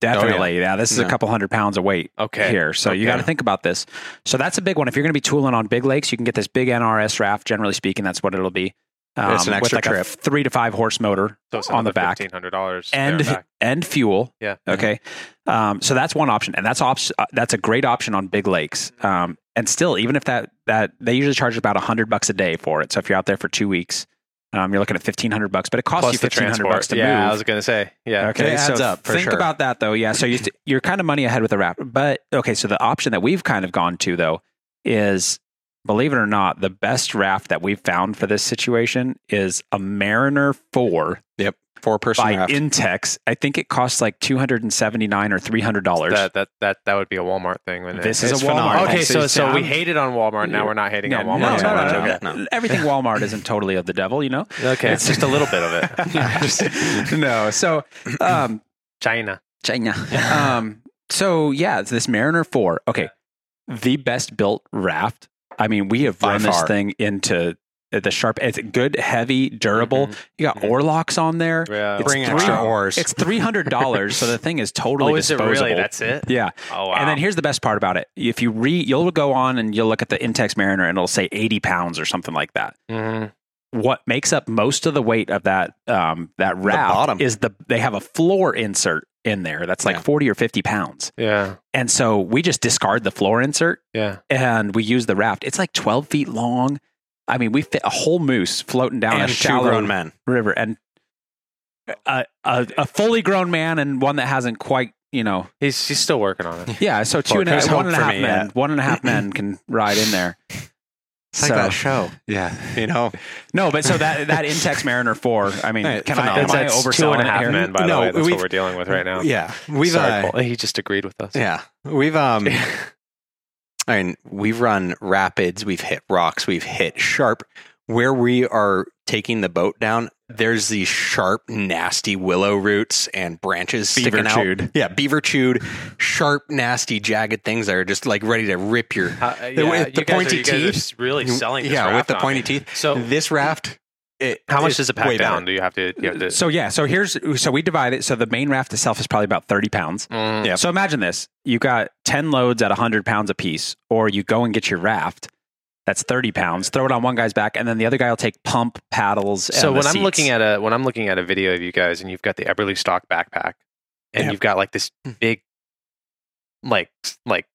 A: Definitely, yeah. This is
C: No.
A: a couple hundred pounds of weight.
B: Okay.
A: here. So you
B: Okay.
A: got to think about this. So that's a big one. If you're going to be tooling on big lakes, you can get this big NRS raft. Generally speaking, that's what it'll be. um,
C: It's an extra
A: with like a
C: trip.
A: three to five horse motor
B: So it's
A: on the back.
B: fifteen hundred dollars
A: and and fuel.
B: Yeah. Mm-hmm.
A: Okay. Um, so that's one option, and that's op- uh, that's a great option on big lakes.
B: Mm-hmm.
A: Um, and still, even if that that they usually charge about a hundred bucks a day for it. So if you're out there for two weeks, um, you're looking at fifteen hundred bucks. But it costs you fifteen hundred bucks to
B: yeah,
A: move.
B: I was gonna say. Yeah.
A: Okay,
C: It adds
A: so
C: up, for
A: think
C: sure.
A: about that though. Yeah, so you you're kind of money ahead with a wrap. But okay, so the option that we've kind of gone to though is, believe it or not, the best raft that we've found for this situation is a Mariner Four
C: Four person
A: by
C: raft.
A: Intex. I think it costs like two hundred and seventy nine or three hundred dollars.
B: That that that that would be a Walmart thing. Wouldn't it?
A: This is
C: It's
A: a Walmart.
C: phenomenal.
B: okay.
A: thing.
B: So so we
A: I'm-
B: hated on Walmart. Now we're not hating
A: Yeah,
B: on Walmart.
A: no,
B: so
A: no,
B: much.
A: no, no,
B: okay.
C: no.
A: Everything Walmart isn't totally of the devil, you know.
B: Okay.
A: It's
B: It's just a little bit of it.
A: no, so um,
B: China.
A: China. um, so yeah, it's this Mariner Four. Okay, the best built raft. I mean, we have
C: By
A: run this
C: far.
A: thing into the sharp. It's good, heavy, durable. You got
B: Mhm.
A: oar locks on there.
B: Yeah.
A: It's
C: Bring
A: three-
C: extra oars.
A: It's three hundred dollars, so the thing is totally
B: oh, is it
A: disposable.
B: really? That's it.
A: yeah,
B: Oh wow.
A: and then here's the best part about it: if you re, you'll go on and you'll look at the Intex Mariner, and it'll say eighty pounds or something like that
B: Mhm.
A: what makes up most of the weight of that um, that raft
C: bottom.
A: is the they have a floor insert in there that's like
C: Yeah.
A: 40 or 50 pounds
B: Yeah.
A: and so we just discard the floor insert
B: Yeah.
A: and we use the raft it's like 12 feet long i mean we fit a whole moose floating down
C: and
A: a
C: two grown
A: shallow
C: men.
A: river and a, a, a fully grown man and one that hasn't quite you know
B: He's he's still working on it.
A: yeah so two
C: Well,
A: and a,
C: there's
A: one
C: hope
A: and a
C: for
A: half
C: me,
A: men
C: yeah.
A: one and a half men can ride in there
C: It's like
A: So-
C: that show. Yeah. You know,
A: no but so that that intex mariner 4 i mean
C: Hey,
A: can i am
C: phenomenal.
A: i
B: That's- that's two
A: overselling
B: and a
A: it
B: half
A: here?
B: men, by
C: um, No,
B: the way. That's
C: we've-
B: what we're dealing with right now.
C: yeah. We've, uh,
B: Sorry, Paul. He just agreed with us.
C: yeah. We've, um, I mean, we've run rapids, we've hit rocks, we've hit sharp. Where we are taking the boat down, there's these sharp, nasty willow roots and branches
A: Beaver
C: sticking
A: chewed.
C: out. Yeah, beaver chewed, sharp, nasty, jagged things that are just like ready to rip your
B: Uh, yeah,
C: with the
B: you guys
C: pointy
B: are, you guys are
C: teeth.
B: s- really selling. This
C: yeah with
B: raft
C: the
B: on
C: pointy
B: me.
C: teeth.
B: So
C: This raft, it,
B: how much
C: is
B: does it
C: way
B: pack
C: better.
B: down? Do you have to? You have to
A: So yeah, so here's so we divide it. So the main raft itself is probably about thirty pounds.
B: Mm,
C: Yep.
A: So imagine this: you got ten loads at hundred pounds apiece, or you go and get your raft that's thirty pounds. Throw it on one guy's back, and then the other guy will take pump paddles.
B: So
A: and
B: when
A: the
B: I'm looking
A: seats.
B: at a when I'm looking at a video of you guys, and you've got the Eberly stock backpack, and
C: Yeah.
B: you've got like this
A: Hmm.
B: big, like like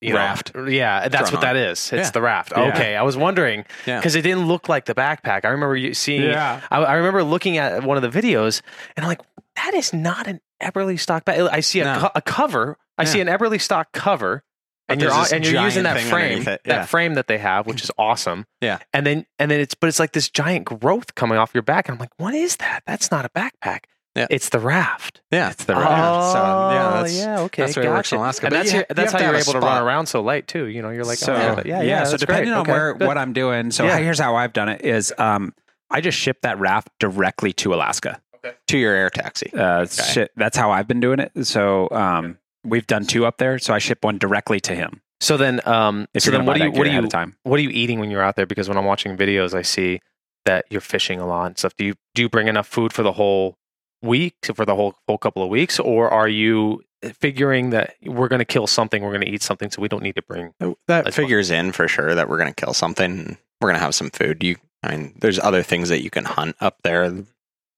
B: you know-
C: Raft.
B: yeah, that's
C: Thrown
B: what that is. It's
C: Yeah.
B: the raft.
A: Yeah.
B: Okay, I was wondering
C: Yeah.
B: because it didn't look like the backpack. I remember you seeing. I, I remember looking at one of the videos, and I'm like, that is not an Eberly stock back. I see a,
C: No.
B: co- a cover. I see an Eberly stock cover.
C: But
B: And you're,
C: there's
B: on,
C: this
B: and you're
C: giant
B: using that
C: thing
B: frame,
C: underneath it, yeah.
B: that frame that they have, which is awesome.
C: Yeah.
B: And then, and then it's, but it's like this giant growth coming off your back. And I'm like, what is that? That's not a backpack.
C: Yeah.
B: It's the raft.
C: Yeah, it's the
B: Oh,
C: raft. So yeah, that's
B: yeah, okay.
C: that's the way it works in
B: gotcha.
C: Alaska.
B: And
C: But
B: that's,
C: you
B: your-
C: ha- you
B: that's
C: have
B: how
C: to
B: you're
C: have a
B: able to run
C: spot.
B: around so light too. You know, you're like,
A: so
B: oh, yeah, yeah, yeah,
A: so
B: that's
A: depending
B: great.
A: on
B: Okay,
A: where
B: good.
A: what I'm doing, so
B: Yeah.
A: here's how I've done it: is um, I just ship that raft directly to Alaska.
C: to your air taxi.
A: Uh,
C: Okay.
A: shit, that's how I've been doing it. So um, we've done two up there, so I ship one directly to him.
B: So then, um,
A: If
B: so
A: you're
B: then,
A: gonna
B: what
A: buy
B: do you,
A: that gear
B: what do
A: ahead
B: you,
A: of time?
B: what are you eating when you're out there? Because when I'm watching videos, I see that you're fishing a lot and stuff. Do you do you bring enough food for the whole week, for the whole whole couple of weeks, or are you eh, figuring that we're going to kill something, we're going to eat something, so we don't need to bring?
C: That
B: That's
C: figures in for sure that we're going to kill something. We're going to have some food. You, I mean, there's other things that you can hunt up there: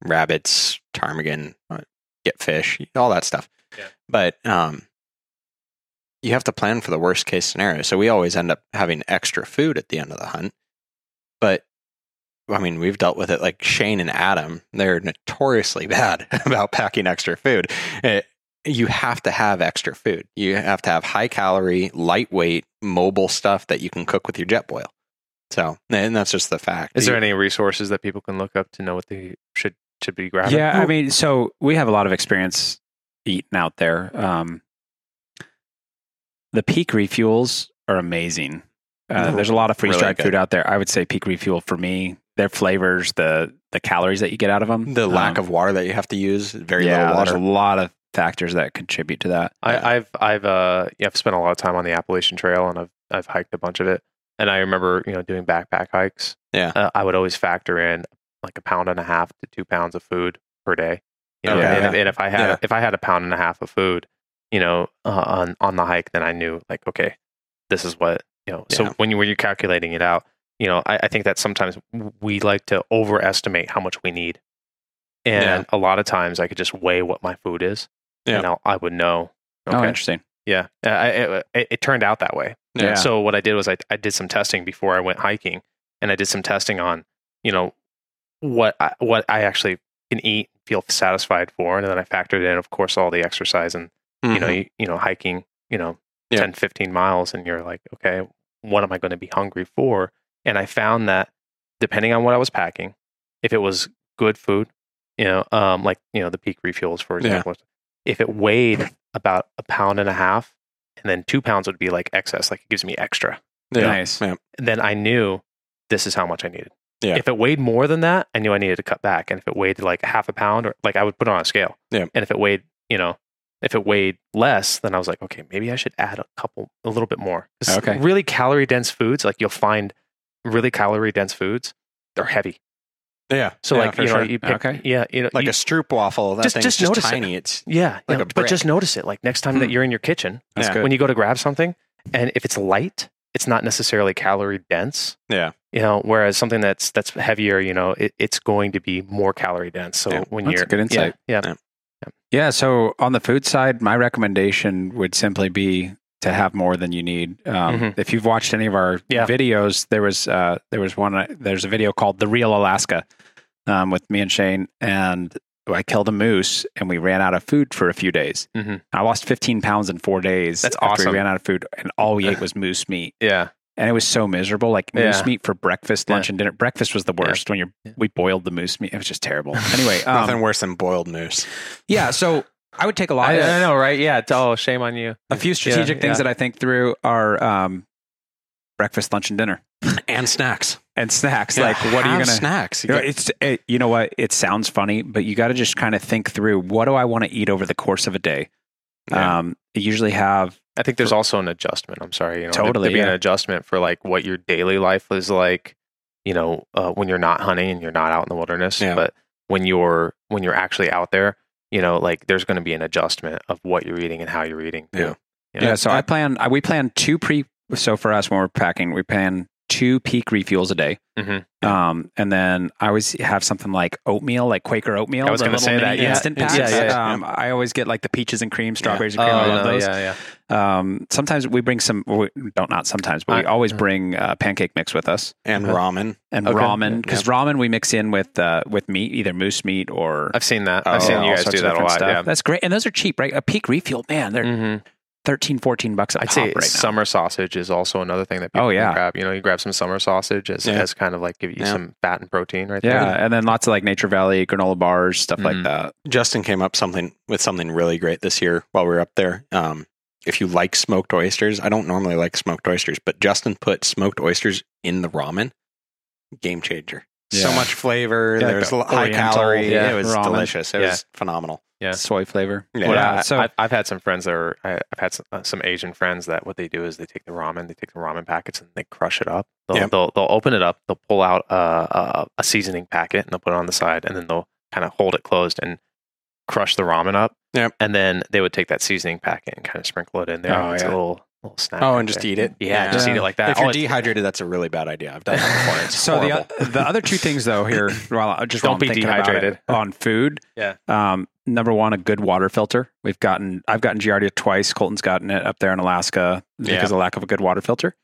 C: rabbits, ptarmigan, uh, get fish, all that stuff.
B: Yeah.
C: But um, you have to plan for the worst case scenario. So we always end up having extra food at the end of the hunt. But I mean, we've dealt with it like Shane and Adam. They're notoriously bad about packing extra food. Eh, you have to have extra food. You have to have high calorie, lightweight, mobile stuff that you can cook with your jet boil. So, and that's just the fact.
B: Is there
C: You-
B: any resources that people can look up to know what they should should be grabbing?
A: Yeah, I mean, so we have a lot of experience eaten out there. Um, the peak refuels are amazing. Uh,
C: Mm.
A: there's a lot of free
C: Really
A: strike
C: good.
A: food out there. I would say peak refuel for me. Their flavors, the the calories that you get out of um, them,
B: um,
C: The lack of water that you have to use, very
A: yeah,
C: little
A: There's
C: water.
A: a lot of factors that contribute to that.
B: I, I've I've uh yeah, I've spent a lot of time on the Appalachian Trail and I've I've hiked a bunch of it. And I remember you know doing backpack hikes.
C: Yeah.
B: uh, I would always factor in like a pound and a half to two pounds of food per day. You know,
C: Okay,
B: and,
C: yeah.
B: if, and if I had
C: Yeah.
B: if I had a pound and a half of food, you know, uh, on on the hike, then I knew like okay, this is what you know. So
C: Yeah.
B: when you when you're calculating it out, you know, I, I think that sometimes we like to overestimate how much we need. And a lot of times I could just weigh what my food is
C: Yeah.
B: and I'll, I would know.
A: Oh, interesting.
B: Yeah, Uh, I, it, it, it turned out that way.
A: Yeah.
B: So what I did was I, I did some testing before I went hiking, and I did some testing on you know what I, what I actually can eat, feel satisfied for, and then I factored in, of course, all the exercise and you know
C: Mhm.
B: you, you know hiking you know
C: Yeah.
B: 10 15 miles and you're like okay what am i going to be hungry for and i found that depending on what i was packing if it was good food you know um like you know the peak refuels for
C: Yeah.
B: example if it weighed about a pound and a half and then two pounds would be like excess like it gives me extra
C: yeah.
A: Nice.
C: Yeah.
B: then i knew this is how much i needed
C: Yeah.
B: if it weighed more than that i knew i needed to cut back and if it weighed like half a pound or like i would put it on a scale
C: Yeah.
B: and if it weighed you know if it weighed less, then I was like, okay, maybe I should add a couple, a little bit more. 'Cause
A: Okay.
B: Really calorie dense foods, like you'll find really calorie dense foods, they're heavy.
C: Yeah.
B: So
C: Yeah,
B: like
C: for
B: you know
C: sure.
B: you pick,
A: Okay.
B: yeah you know
C: like
B: you-
C: a stroop waffle, that
B: Just-
C: thing's
B: just
C: just,
B: notice it.
C: tiny. It's
B: yeah
C: like
B: you know,
C: a
B: but just
C: brick.
B: notice it like next time that
A: Hmm.
B: you're in your kitchen
A: That's
C: Yeah.
A: good.
B: when you go to grab something and if it's light, it's not necessarily calorie dense.
C: Yeah.
B: You know, whereas something that's that's heavier, you know, it, it's going to be more calorie dense. So
C: Yeah.
B: when
A: That's
B: you're
A: a good insight.
B: yeah,
A: Yeah. So on the food side, my recommendation would simply be to have more than you need. Um,
C: Mm-hmm.
B: Mhm.
A: If you've watched any of our
B: Yeah.
A: videos, there was uh, there was one. There's a video called "The Real Alaska" um, with me and Shane, and I killed a moose, and we ran out of food for a few days.
C: Mm-hmm.
B: Mhm.
A: I lost 15 pounds in four days.
B: That's
A: after
B: awesome.
A: We ran out of food, and all we ate was moose meat
B: yeah, yeah.
A: and it was so miserable. Like moose
B: Yeah.
A: meat for breakfast, lunch, and dinner. Breakfast was the worst when you're
B: Yeah.
A: we boiled the moose meat. It was just terrible. Anyway,
C: nothing
A: um,
C: worse than boiled moose.
A: yeah. So I would take a lot.
B: I,
A: of,
B: I know, right? Yeah, it's all shame on you.
A: A few strategic
B: Yeah,
A: things
B: yeah.
A: that I think through are um, breakfast, lunch, and dinner,
C: And snacks.
A: and snacks.
C: Yeah,
A: Like what are you gonna?
C: have snacks? You
A: You know,
C: got-
A: it's it, you know what it sounds funny, but you got to just kind of think through what do I want to eat over the course of a day.
C: Yeah.
A: Um, I usually have
B: I think there's also an adjustment. I'm sorry, you know,
A: Totally,
B: there'd be
A: yeah.
B: an adjustment for like what your daily life is like, you know, uh, when you're not hunting and you're not out in the wilderness,
C: Yeah.
B: but when you're when you're actually out there, you know, like there's going to be an adjustment of what you're eating and how you're eating.
C: Yeah.
A: yeah. so I plan. I, we plan two pre. So for us, when we're packing, we plan two peak refuels a day.
B: Mhm.
A: Um, and then I always have something like oatmeal, like Quaker oatmeal.
B: I was
A: the
B: gonna
A: little
B: say
A: mini
B: that, yeah.
A: instant packs.
B: Yeah,
C: yeah,
A: Um, I always get like the peaches and cream, strawberries
B: Oh,
A: and cream. I love
B: no,
A: those.
B: yeah, yeah.
A: Um, sometimes we bring some. We don't not sometimes, but we
B: I-
A: always
B: yeah.
A: bring uh, pancake mix with us
C: and
B: Okay.
C: ramen.
A: and
B: Okay.
A: ramen because ramen we mix in with uh, with meat, either moose meat or.
B: I've seen that.
C: Oh,
B: I've seen
A: all
B: you guys
A: sorts
B: do
A: of
B: that a
A: different
B: lot.
A: stuff.
B: Yeah.
A: That's great, and those are cheap, right? A peak refuel, man, they're
B: Mhm.
A: 13, 14 bucks a
B: I'd
A: pop
B: say
A: right now.
B: summer sausage is also another thing that people
A: Oh, yeah.
B: can grab. You know, you grab some summer sausage as,
C: Yeah.
B: as kind of like give you
C: Yeah.
B: some fat and protein right
A: Yeah,
B: there.
A: and then lots of like Nature Valley granola bars, stuff like
B: Mm.
A: that.
C: Justin came up something with something really great this year while we were up there. Um, if you like smoked oysters, I don't normally like smoked oysters, but Justin put smoked oysters in the ramen. Game changer. So
A: Yeah.
C: much flavor.
A: Yeah, like
C: There's
A: the
C: lo- high
A: Oriental,
C: calorie.
B: yeah,
C: it was
A: ramen.
C: delicious. It
B: Yeah.
C: was phenomenal.
B: Yeah.
A: Soy flavor.
C: Yeah.
B: Well,
A: Yeah,
B: I,
A: so-
B: I've, I've had some friends that are, I- I've had some, uh, some Asian friends that what they do is they take the ramen, they take the ramen packets and they crush it up. They'll,
C: Yeah.
B: they'll, they'll open it up, they'll pull out uh, uh, a seasoning packet and they'll put it on the side and then they'll kind of hold it closed and crush the ramen up.
C: Yep.
B: And then they would take that seasoning packet and kind of sprinkle it in there.
A: Oh,
B: it's
A: yeah.
B: a little, little snack.
C: Oh,
B: right
C: and just
B: there.
C: eat it.
B: Yeah, just
A: Yeah.
B: eat it like that.
C: If you're
B: Oh, it's-
C: dehydrated, that's a really bad idea. I've done that before. It's
A: so
C: horrible.
A: the the other two things though here, while I- just
B: Don't
A: while I'm
B: be
A: thinking about it,
B: dehydrated.
A: on food.
B: Yeah.
A: Um, number one, a good water filter. We've gotten I've gotten Giardia twice. Colton's gotten it up there in Alaska
C: Yeah.
A: because of lack of a good water filter.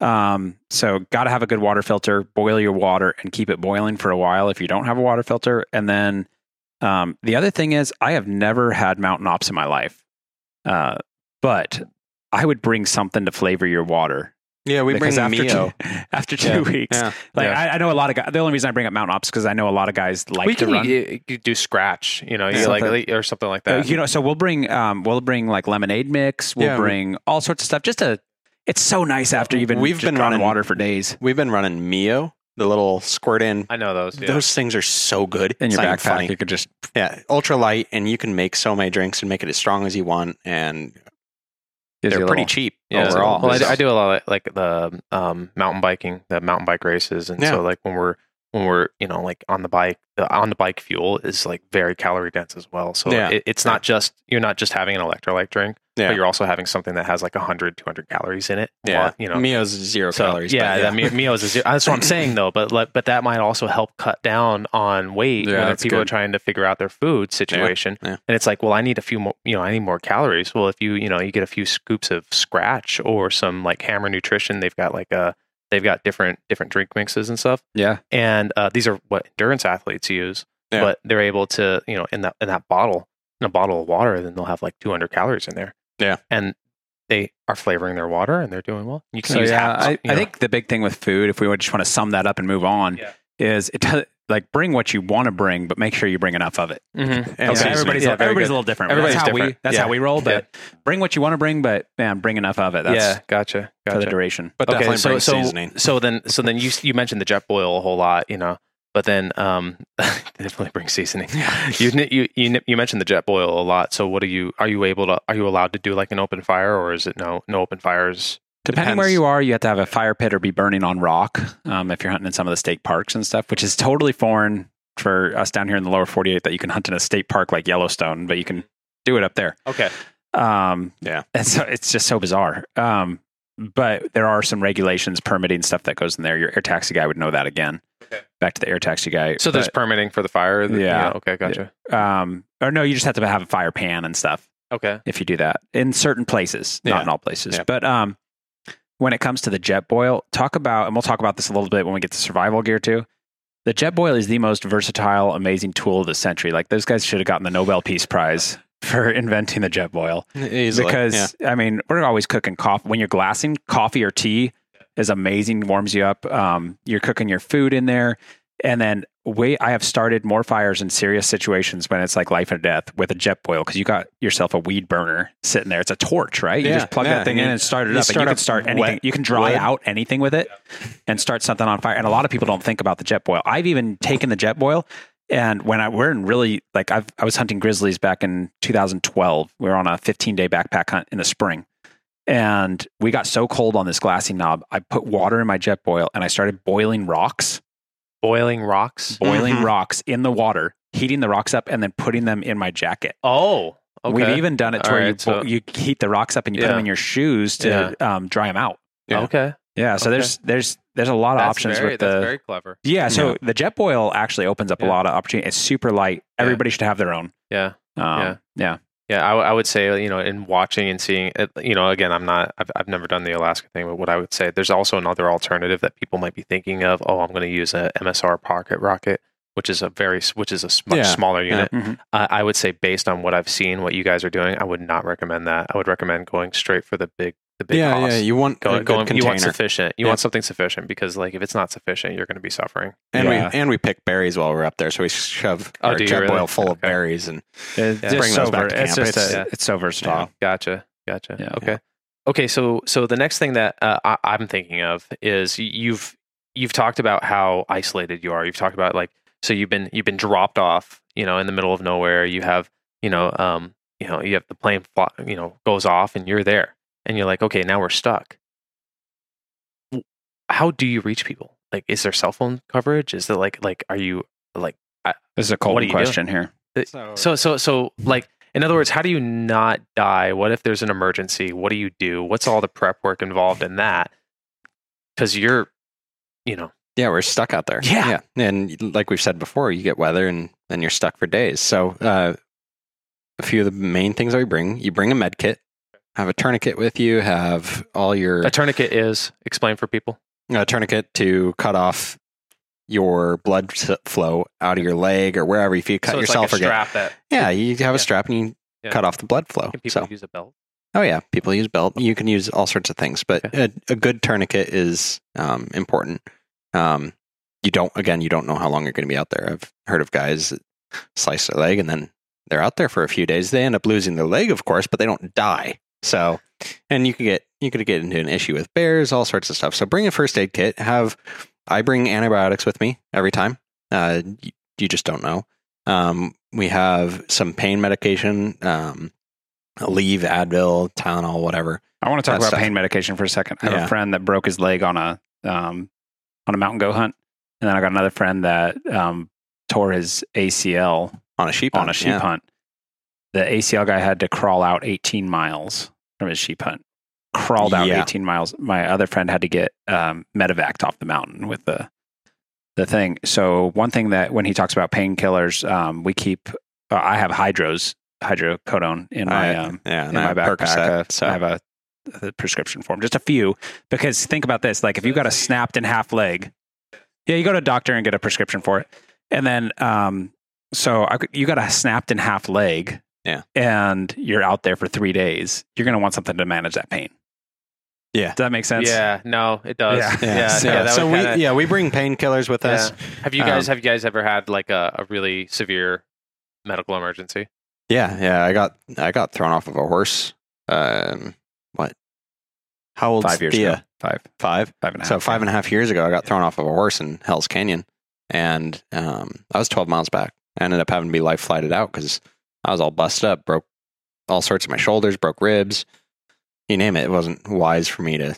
A: Um, so got to have a good water filter. Boil your water and keep it boiling for a while if you don't have a water filter. And then um, the other thing is, I have never had mountain ops in my life, uh, but I would bring something to flavor your water.
C: Yeah, we
A: Because
C: bring
A: after
C: Mio.
A: Two, after two weeks,
C: Yeah.
A: like
B: Yeah.
A: I, I know a lot of guys. The only reason I bring up mountain ops because I know a lot of guys like
B: we
A: to
B: can
A: run.
B: you, you do scratch, you know, you like
A: Something.
B: or something like
A: Uh,
B: that.
A: you know, so we'll bring um, we'll bring like lemonade mix. We'll
C: Yeah, we-
A: bring all sorts of stuff. Just to, it's so nice after you've been
C: We've
A: just
C: been
A: on
C: running-
A: water for days.
C: We've been running Mio, the little squirt in.
B: I know those. Yeah.
C: Those things are so good
A: In
C: It's
A: your
C: not even
A: backpack,
C: funny.
A: you could just
C: Yeah, ultra light, and you can make so many drinks and make it as strong as you want, and
A: gives
C: they're
A: you a
C: pretty
A: little-
C: cheap
B: Yeah.
C: overall.
B: Well, I, do- I do a lot of like the um, mountain biking, the mountain bike races, and
C: Yeah.
B: so like when we're when we're you know like on the bike, the on the bike fuel is like very calorie dense as well. So
C: Yeah.
B: it, it's not just you're not just having an electrolyte drink,
C: Yeah.
B: but you're also having something that has like 100, 200 calories in it.
C: yeah,
B: Or, you know.
C: Mio's zero
B: so,
C: calories.
B: yeah,
C: but
B: that me- meal is a zero. that's what I'm saying though. But like, but that might also help cut down on weight
C: Yeah,
B: when
C: that's
B: people are
C: good.
B: trying to figure out their food situation.
C: yeah.
B: And it's like, well, I need a few more, you know, I need more calories. Well, if you, you know, you get a few scoops of scratch or some like Hammer Nutrition, they've got like a, they've got different different drink mixes and stuff.
A: Yeah.
B: And uh, these are what endurance athletes use,
C: Yeah.
B: but they're able to, you know, in that in that bottle, in a bottle of water, then they'll have like 200 calories in there.
C: Yeah.
B: And they are flavoring their water and they're doing well. You can
A: So
B: use
A: yeah,
B: half,
A: I,
B: you
A: I
B: know.
A: think the big thing with food, if we would just want to sum that up and move on,
B: Yeah.
A: is it does like bring what you want to bring, but make sure you bring enough of it.
B: Mhm.
C: And
A: Okay,
C: seasoning.
A: everybody's
B: Yeah,
A: a-
B: very
A: everybody's
B: good.
A: a little different.
B: Everybody's
A: that's how we
B: different.
A: that's
B: Yeah.
A: how we roll. But bring what you want to bring, but man, bring enough of it. That's
B: yeah, gotcha,
A: for the
B: gotcha.
A: duration.
C: but definitely
B: so
C: brings
B: so
C: seasoning.
B: so then so then you you mentioned the jet boil a whole lot, you know, but then um definitely brings seasoning. You ni- you you ni- you mentioned the jet boil a lot. So what are you are you able to are you allowed to do like an open fire or is it no no open fires?
A: Depending
C: Depends.
A: where you are, you have to have a fire pit or be burning on rock um, if you're hunting in some of the state parks and stuff, which is totally foreign for us down here in the lower 48 that you can hunt in a state park like Yellowstone, but you can do it up there.
B: Okay,
A: Um,
C: Yeah.
A: And so it's just so bizarre. Um, but there are some regulations, permitting stuff that goes in there. Your air taxi guy would know that again. Back to the air taxi guy.
B: so there's permitting for the fire. that-
A: Yeah.
B: Okay, gotcha.
A: But, um, or no, you just have to have a fire pan and stuff
B: Okay.
A: if you do that in certain places,
C: Yeah.
A: not in all places.
C: Yeah.
A: But um, when it comes to the jet boil, talk about, and we'll talk about this a little bit when we get to survival gear too. The jet boil is the most versatile, amazing tool of the century. Like those guys should have gotten the Nobel Peace Prize for inventing the jet boil
C: Easily, yeah.
A: because I mean we're always cooking coffee when you're glassing coffee or tea is amazing warms you up um, you're cooking your food in there and then wait I have started more fires in serious situations when it's like life or death with a jet boil because you got yourself a weed burner sitting there it's a torch right you
C: Yeah,
A: just plug
C: yeah,
A: that thing in
C: and you-
A: and start it
C: you
A: up
C: start
A: and you can
C: up
A: start
C: wet
A: anything you can dry
C: wood.
A: out anything with it and start something on fire and a lot of people don't think about the jet boil I've even taken the jet boil and when I we're in really like I've I was hunting grizzlies back in 2012. We were on a 15 day backpack hunt in the spring, and we got so cold on this glassy knob. I put water in my jet boil and I started boiling rocks,
B: Boiling rocks.
A: boiling
C: Mhm.
A: rocks in the water, heating the rocks up, and then putting them in my jacket.
B: Oh. Okay.
A: We've even done it to
B: All
A: where you,
B: right, so-
A: bo- you heat the rocks up and you put
B: Yeah.
A: them in your shoes to um, dry them out.
C: Yeah.
B: Okay.
A: Yeah, so
B: Okay.
A: there's there's there's a lot of
B: That's
A: options
B: very,
A: with the
B: that's very clever.
A: yeah. So the jet boil actually opens up a
B: Yeah.
A: lot of opportunity. It's super light.
B: Yeah.
A: Everybody should have their own.
B: Yeah.
A: Um,
B: Yeah.
A: yeah.
B: Yeah, I, w- I would say you know in watching and seeing uh, you know again I'm not I've, I've never done the Alaska thing, but what I would say there's also another alternative that people might be thinking of. Oh, I'm going to use a MSR pocket rocket, which is a very s- which is a s- much
C: Yeah.
B: smaller unit.
A: Mhm.
B: Uh, I would say based on what I've seen, what you guys are doing, I would not recommend that. I would recommend going straight for the big the big
C: yeah,
B: cost.
C: yeah. You want
B: Go,
C: a good
B: going, you
C: container,
B: want sufficient. You
C: Yeah.
B: want something sufficient because like if it's not sufficient, you're going to be suffering.
C: and
A: Yeah.
C: we and we pick berries while we're up there, so we shove
B: Oh,
C: our
B: do you
C: jet
B: really?
C: boil full of
B: Okay.
C: berries, and
A: It's
B: Yeah.
A: just
C: Bring
A: so
C: those back to
A: ver- it's
C: camp.
A: just
C: It's-
A: a-
B: yeah.
A: it's so versatile.
B: Gotcha. Gotcha.
A: Yeah.
B: Okay. Okay. So so the next thing that uh, I, I'm thinking of is y- you've you've talked about how isolated you are. You've talked about like so you've been you've been dropped off, you know, in the middle of nowhere. You have you know um you know you have the plane fly, you know goes off and you're there and you're like okay now we're stuck. W- How do you reach people? Like, is there cell phone coverage? Is there like like are you
A: This is a
B: What are
A: Colton
B: you doing?
A: question here.
B: so so so like in other words, how do you not die? What if there's an emergency? What do you do? What's all the prep work involved in that? Because you're, you know,
C: Yeah, we're stuck out there.
A: Yeah.
C: yeah. And like we've said before, you get weather and then you're stuck for days. So, uh, a few of the main things that we bring you bring a med kit, have a tourniquet with you, have all your
B: a tourniquet is explain for people.
C: a tourniquet to cut off your blood s- flow out of your leg or wherever. If you cut
B: so it's like
C: yourself
B: a
C: or get,
B: strap that
C: yeah, you have
B: Yeah.
C: a strap and you
B: Yeah.
C: cut off the blood flow.
B: can people
C: So,
B: use a belt.
C: Oh yeah, people use belt. You can use all sorts of things, but a, a good tourniquet is um, important. Um, you don't again, you don't know how long you're going to be out there. I've heard of guys that slice their leg and then they're out there for a few days. They end up losing their leg, of course, but they don't die. So, and you could get you could get into an issue with bears, all sorts of stuff. So bring a first aid kit. Have I bring antibiotics with me every time. Uh, you, you just don't know. Um, we have some pain medication. Um, leave Advil, Tylenol, whatever.
A: I want to talk
C: That
A: about
C: stuff.
A: pain medication for a second. I have
C: Yeah.
A: a friend that broke his leg on a um, on a mountain goat hunt, and then I got another friend that um, tore his ACL
C: On a sheep.
A: on
C: hunt,
A: a sheep
C: yeah.
A: hunt. The ACL guy had to crawl out 18 miles from his sheep hunt. Crawled out
C: Yeah.
A: 18 miles. My other friend had to get um, medevaced off the mountain with the the thing. So one thing that when he talks about painkillers, um, we keep. Uh, I have hydros hydrocodone in my
C: I-
A: um,
C: yeah,
A: in
C: and I
A: my
C: have
A: backpack.
C: Percocet,
A: uh,
C: so
A: I have a, a prescription form, just a few. Because think about this: like if you got a snapped in half leg, yeah, you go to a doctor and get a prescription for it, and then um, so I, could- you got a snapped in half leg,
C: Yeah.
A: and you're out there for three days. You're gonna want something to manage that pain.
C: Yeah.
A: does that make sense?
B: Yeah, no, it does.
A: Yeah.
B: Yeah,
C: yeah,
B: yeah,
C: so,
B: that
C: so
B: would
C: we
B: kinda-
C: yeah we bring painkillers with us.
B: Have you guys
C: Um,
B: have you guys ever had like a, a really severe medical emergency?
C: Yeah, yeah. I got I got thrown off of a horse. Um, what? How old?
A: five years
C: Thea?
A: ago, five,
C: Five.
A: five and a half.
C: So five and a half years ago, I got thrown off of a horse in Hell's Canyon, and um, I was 12 miles back. I ended up having to be life flighted out because I was all busted up, broke all sorts of my shoulders, broke ribs, you name it. It wasn't wise for me to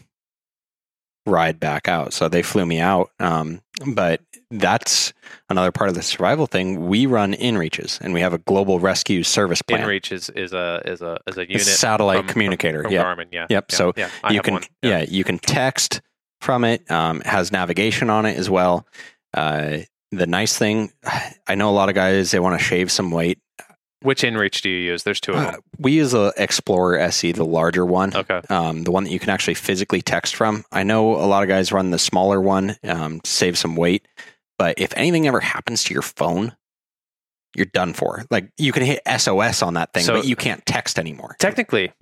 C: ride back out, so they flew me out. Um, but that's another part of the survival thing. We run in reaches, and we have a global rescue service plan.
B: InReach is, is a is a is a
C: It's
B: unit
C: a satellite
B: from- from-
C: communicator.
B: from
C: yeah,
B: Garmin. Yeah.
C: Yep,
B: yeah,
C: so
B: yeah, I
C: you
B: have
C: can
B: one,
C: yeah. you can text from it um, it has navigation on it as well uh, the nice thing i know a lot of guys they want to shave some weight
B: Which InReach do you use? There's two of
C: uh,
B: them.
C: we use the explorer se the larger one
B: Okay.
C: um, the one that you can actually physically text from i know a lot of guys run the smaller one um, to save some weight but if anything ever happens to your phone you're done for like you can hit sos on that thing
B: So-
C: but you can't text anymore
B: Technically,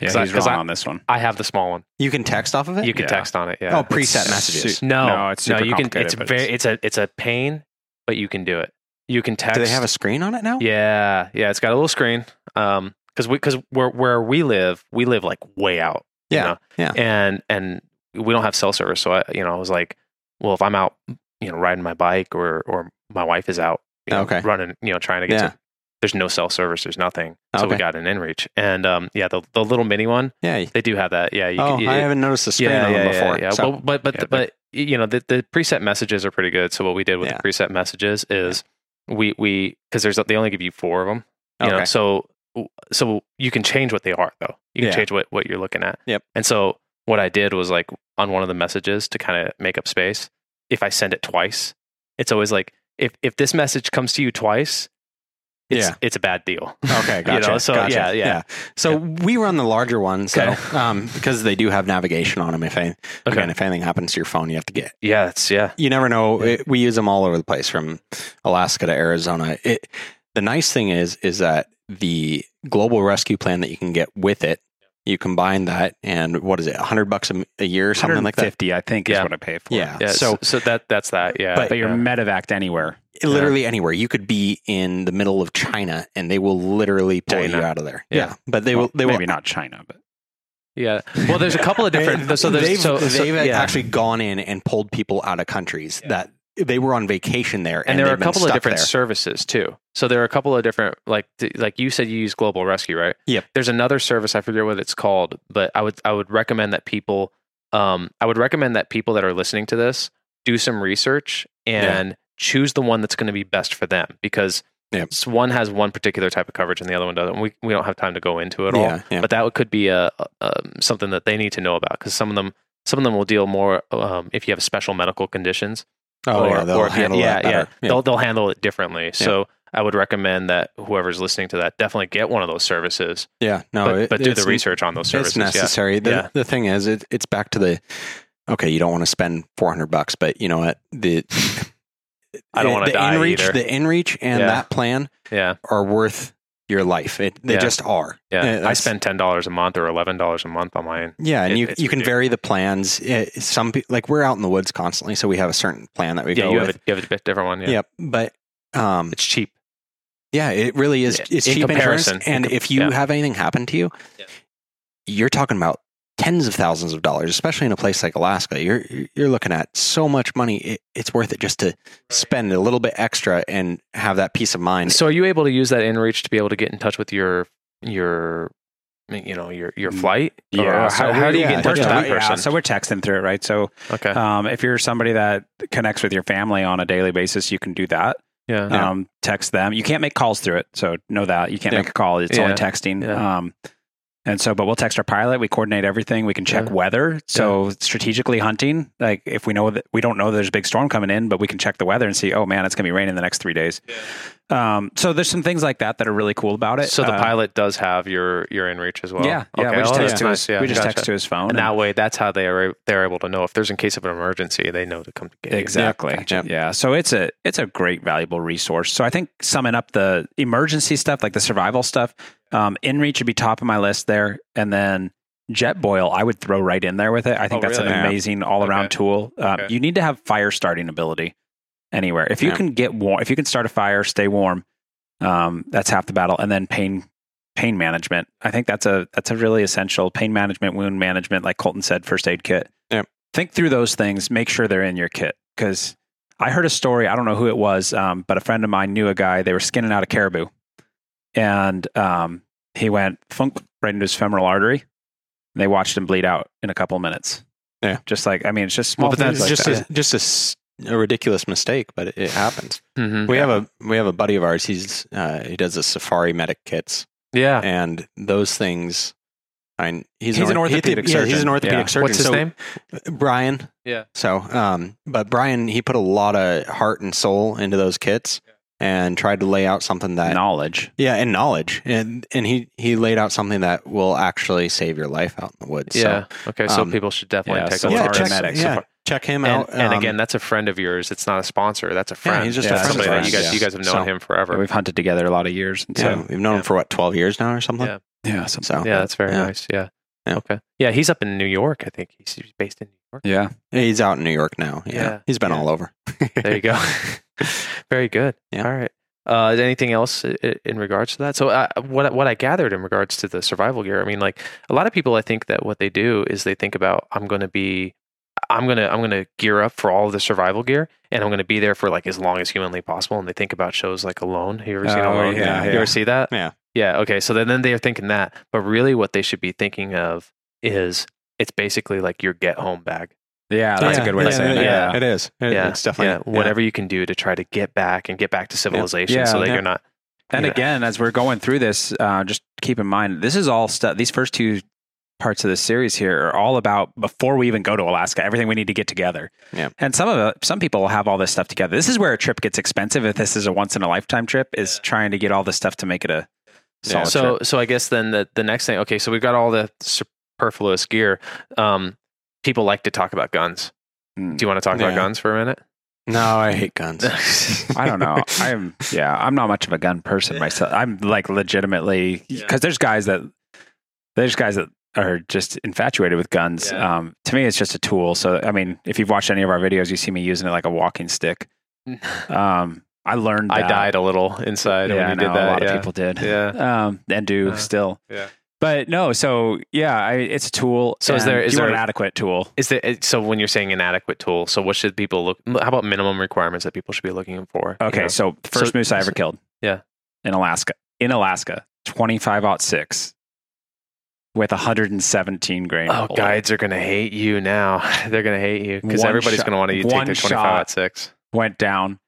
A: Yeah,
B: Cause
A: he's
B: I- cause
A: wrong
B: I-
A: on this one.
B: I have the small one.
C: you can text off of it
B: You can
A: Yeah.
B: text on it. Yeah.
C: oh preset
A: It's
C: messages
A: su-
B: No,
A: No, it's super
B: you can. It's
A: complicated, but
B: very. It's a. It's a pain, but you can do it. You can text.
C: do they have a screen on it now
B: Yeah, yeah. It's got a little screen. Um, because we because where where we live, we live like way out. you
C: Yeah,
B: know?
C: yeah.
B: And and we don't have cell service, so I you know I was like, well, if I'm out, you know, riding my bike or or my wife is out, you know,
C: Okay.
B: running, you know, trying to get
C: Yeah.
B: to. There's no cell service. There's nothing. So we
C: Okay.
B: got an inReach, and um, yeah, the the little mini one,
C: Yeah.
B: they do have that. Yeah, you
C: oh,
B: can-
C: I
B: it-
C: haven't noticed the screen on them before.
B: yeah.
C: So,
B: well, but but
A: Yeah, they're-
B: but you know the, the preset messages are pretty good. So what we did with
C: Yeah.
B: the preset messages is we we because there's they only give you four of them. You know,
C: Okay.
B: so so you can change what they are though. You can
C: Yeah.
B: change what what you're looking at.
C: Yep.
B: And so what I did was like on one of the messages to kind of make up space. If I send it twice, it's always like if if this message comes to you twice, it's
C: Yeah.
B: it's a bad deal.
C: okay, gotcha.
B: know, so,
C: gotcha.
B: yeah, yeah.
C: So we run the larger one, so
B: Okay.
C: um, because they do have navigation on them. If any, again, if anything happens to your phone, you have to get.
B: yeah, it's yeah.
C: You never know. It- we use them all over the place, from Alaska to Arizona. It. The nice thing is, is that the global rescue plan that you can get with it, you combine that and what is it, hundred bucks a m- a year or something like that.
A: 150, I think, is
B: Yeah.
A: what I pay for.
C: Yeah.
B: Yeah, so so
C: so
B: that that's that. Yeah.
A: But you're
B: yeah.
A: medevac anywhere.
C: literally anywhere. You could be in the middle of China and they will literally pull you
B: China.
C: out of there.
B: Yeah.
C: but they
A: Well,
C: will. They will
A: maybe not China, but
B: Yeah. Well, there's a couple of different. So there's
C: they've,
B: so, so-
C: they've
B: yeah.
C: actually gone in and pulled people out of countries that they were on vacation there, and,
B: and there are
C: they've
B: a
C: been
B: couple of
C: stuck
B: different
C: there.
B: services too. So there are a couple of different like th- like you said you use Global Rescue, right?
C: Yep.
B: There's another service I forget what it's called, but I would I would recommend that people um I would recommend that people that are listening to this do some research and choose the one that's going to be best for them because
C: Yep.
B: s- one has one particular type of coverage and the other one doesn't. We we don't have time to go into it all.
C: Yeah, yeah.
B: but that could be a, a- um, something that they need to know about because some of them some of them will deal more um, if you have special medical conditions
C: oh,
B: or,
C: yeah, they'll
B: or if you-
C: handle
B: yeah,
C: that better.
B: yeah, they'll they'll handle it differently so I would recommend that whoever's listening to that definitely get one of those services
C: yeah. No,
B: but,
C: Oh, it-
B: but do the
C: it's-
B: research on those services
C: It's necessary. The,
B: Yeah.
C: the thing is, it, it's back to the okay. You don't want to spend four hundred bucks, but you know what? The
B: I don't wanna
C: the
B: die
C: inReach,
B: either.
C: The inReach and
B: Yeah.
C: that plan
B: yeah yeah
C: are worth your life. It, they
B: Yeah.
C: just are.
B: Yeah, I
C: that's-
B: spend ten dollars a month or eleven dollars a month on mine.
C: Yeah, and
B: It-
C: you
B: it's
C: you can
B: ridiculous.
C: vary the plans. It, some pe- like we're out in the woods constantly, so we have a certain plan that we
B: Yeah,
C: go
B: you
C: with.
B: have a you have a bit different one. Yeah,
C: Yep, but um,
B: it's cheap.
C: yeah, it really is.
B: Yeah,
C: It's
B: in
C: cheap insurance,
B: comparison. In
C: and
B: com-
C: if you
B: yeah.
C: have anything happen to you,
B: Yeah.
C: you're talking about tens of thousands of dollars, especially in a place like Alaska. You're you're looking at so much money. It, it's worth it just to spend a little bit extra and have that peace of mind.
B: So, are you able to use that inReach to be able to get in touch with your your you know your your
A: Mm.
B: flight? Or
A: Or
B: how, how do you
C: yeah, uh,
B: get in touch
A: we're-
B: with that
A: yeah,
B: person?
A: So we're texting through it, right? So
B: okay.
A: um, if you're somebody that connects with your family on a daily basis, you can do that.
B: yeah.
C: Yeah.
A: Um, text them. You can't make calls through it, so know that you can't
C: Yeah.
A: make a call. It's only
B: Yeah.
A: texting.
B: Yeah.
A: Um, and so, but we'll text our pilot. We coordinate everything. We can check
B: Yeah.
A: weather. So strategically hunting, like if we know that we don't know there's a big storm coming in, but we can check the weather and see. Oh man, it's gonna be raining the next three days. Um, so there's some things like that that are really cool about it.
B: So the
A: Uh,
B: pilot does have your your inReach as well.
A: Yeah, yeah.
B: Okay.
A: We just
B: Oh,
A: text
B: that's
A: to
B: nice.
A: his.
B: Yeah,
A: we just
B: gotcha.
A: text to his phone.
B: And
A: and-
B: that way, that's how they are they're able to know if there's in case of an emergency, they know to come to get you.
A: Exactly.
C: Gotcha.
A: Yeah. So it's a it's a great valuable resource. So I think summing up the emergency stuff, like the survival stuff, um, InReach would be top of my list there, and then Jetboil I would throw right in there with it. I think
B: Oh,
A: that's
B: really?
A: an
C: Yeah.
A: amazing all around
B: Okay.
A: tool. Um,
B: Okay.
A: You need to have fire starting ability anywhere. If you
C: Yeah.
A: can get warm, if you can start a fire, stay warm. Um, that's half the battle, and then pain pain management. I think that's a that's a really essential pain management, wound management, like Colton said, first aid kit think through those things make sure they're in your kit because i heard a story i don't know who it was um, but a friend of mine knew a guy they were skinning out a caribou and um, he went funk right into his femoral artery and they watched him bleed out in a couple of minutes
C: Yeah.
A: just like i mean it's just small
C: well, but that's
A: things like
C: just
A: that.
C: a, just a s- a, ridiculous mistake, but it, it happens.
B: hmm
C: We have a we have a buddy of ours. He's uh, he does the safari medic kits,
B: Yeah.
C: and those things. I mean, he's,
A: He's an
C: orth- he-
A: orthopedic
C: yeah, he's
A: surgeon.
C: an
A: Yeah.
C: orthopedic surgeon.
B: What's his
C: So,
B: name?
C: Brian.
B: Yeah.
C: So, um, but Brian, he put a lot of heart and soul into those kits, and tried to lay out something that
A: knowledge
C: yeah, and knowledge, and and he he laid out something that will actually save your life out in the woods.
B: Yeah. okay. So
C: um,
B: people should definitely
A: yeah,
B: take
A: so
B: a
C: So,
A: it's
B: look
C: yeah,
B: at
A: Safari
B: that.
C: check,
A: medic.
C: yeah, check him
B: And,
C: out.
B: and
C: um,
B: again, that's a friend of yours. It's not a sponsor. That's a friend.
C: he's just
A: a
B: That's
A: friend of
B: somebody that
A: ours,
B: you guys
A: yeah.
B: you guys have known
C: So-
B: him forever.
A: we've hunted together a lot of years and
C: yeah,
A: so
C: we've known
B: yeah.
C: him for what twelve years now or something.
B: Yeah.
A: yeah some,
C: So
B: Yeah, that's very
C: Yeah.
B: nice. Yeah.
C: Yeah.
B: Okay. Yeah, he's up in New York. I think he's he's based in New York.
A: yeah
C: he's out in New York now. Yeah,
B: Yeah.
C: he's been
B: Yeah.
C: all over.
B: There you go. very good.
C: Yeah.
B: All right. Uh, is anything else i- i- in regards to that? So, uh, what what I gathered in regards to the survival gear, I mean, like a lot of people, I think that what they do is they think about I'm going to be, I'm gonna I'm gonna gear up for all of the survival gear, and I'm going to be there for like as long as humanly possible. And they think about shows like Alone. Have you ever seen
A: Oh,
B: Alone?
A: yeah,
B: you
A: yeah.
B: ever see that?
C: Yeah.
B: Yeah. Okay. So then then they are thinking that, but really, what they should be thinking of is it's basically like your get home bag
A: yeah that's
C: Yeah,
A: a good way
C: yeah,
A: to say it
B: yeah.
A: yeah
C: It is. It-
B: yeah,
C: it's definitely
B: yeah, whatever you can do to try to get back and get back to civilization,
A: Yeah.
B: so that
C: Yeah.
B: you're not.
A: And
B: Yeah.
A: again, as we're going through this, uh, just keep in mind this is all stuff. These first two parts of this series here are all about before we even go to Alaska. Everything we need to get together.
C: Yeah.
A: And some of it, some people will have all this stuff together. This is where a trip gets expensive. If this is a once in a lifetime trip, is trying to get all this stuff to make it a solid
B: so,
A: trip.
B: so I guess then the the next thing. Okay, so we've got all the superfluous gear. Um, people like to talk about guns.
A: Mm.
B: Do you want to talk about
C: Yeah.
B: guns for a minute?
C: No, I hate guns.
A: I don't know. I'm yeah. I'm not much of a gun person myself. I'm like legitimately because
B: Yeah.
A: there's guys that there's guys that are just infatuated with guns.
B: Yeah.
A: Um, to me, it's just a tool. So I mean, if you've watched any of our videos, you see me using it like a walking stick. Um, I learned.
B: I
A: that.
B: died a little inside
A: Yeah,
B: when
A: I
B: you did
A: know,
B: that.
A: a lot
B: yeah.
A: of people did.
B: Yeah.
A: Um, and do
B: Uh,
A: still.
B: yeah.
A: But no, so yeah, I, it's a tool.
B: So is
A: and
B: there- is
A: you want
B: there-
A: an adequate tool?
B: Is that so? When you're saying inadequate tool, so what should people look? How about minimum requirements that people should be looking for? you
A: Okay,
B: know?
A: so the first
B: So-
A: moose I
B: so-
A: ever killed.
B: yeah.
A: In Alaska. In Alaska, 25 out 6 with 117 grain.
B: Oh,
A: bullet.
B: guides are gonna hate you now. They're gonna hate you because
A: One
B: everybody's
A: shot-
B: gonna want to take
A: one
B: their twenty-five
A: shot.
B: at six.
A: Went down.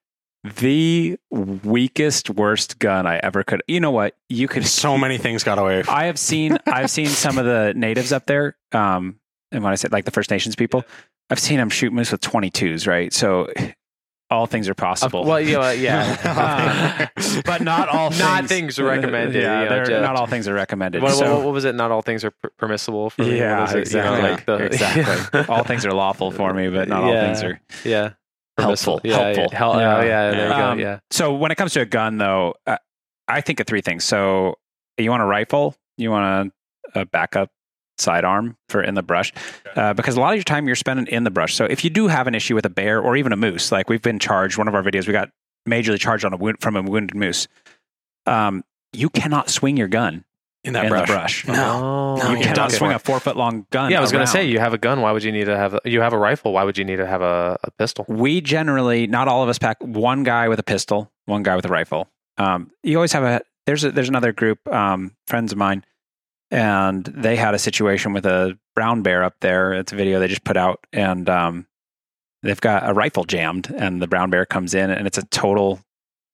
A: The weakest, worst gun I ever could. You know what? You could.
C: so many things got away. From.
A: I have seen. I've seen some of the natives up there. Um, and when I said like the First Nations people, I've seen them shoot moose with 22s. Right. So all things are possible.
B: Well, yeah, yeah,
A: Uh, but not all
B: Not
A: things,
B: things recommended,
A: Yeah,
B: you know,
A: they're-
B: Jeff.
A: not all things are recommended.
B: What, what-
A: so-
B: what was it? Not all things are per- permissible. For me?
A: Yeah,
B: What is it? You know,
A: exactly.
B: like the-
A: exactly. all things are lawful for me, but not all
B: Yeah.
A: things are.
B: yeah,
A: Helpful.
B: Permissible. Yeah,
A: Helpful.
B: Yeah, Hel- oh,
A: Yeah.
B: yeah, there you
A: Um,
B: go. Yeah,
A: So when it comes to a gun, though, uh, I think of three things. So you want a rifle, you want a, a backup sidearm for in the brush, uh, because a lot of your time you're spending in the brush. So if you do have an issue with a bear or even a moose, like we've been charged, one of our videos we got majorly charged on a wound, from a wounded moose. Um, you cannot swing your gun
C: in
A: in
C: that brush.
A: the brush.
C: No.
B: Oh,
C: no,
A: You
C: yeah.
A: cannot
C: Okay.
A: swing a four foot long gun.
B: Yeah, I was going
A: around.
B: to say you have a gun. Why would you need to have a, you have a rifle? Why would you need to have a, a pistol?
A: we generally not all of us pack one guy with a pistol one guy with a rifle um, you always have a there's a there's another group um, friends of mine and they had a situation with a brown bear up there it's a video they just put out and um, they've got a rifle jammed and the brown bear comes in and it's a total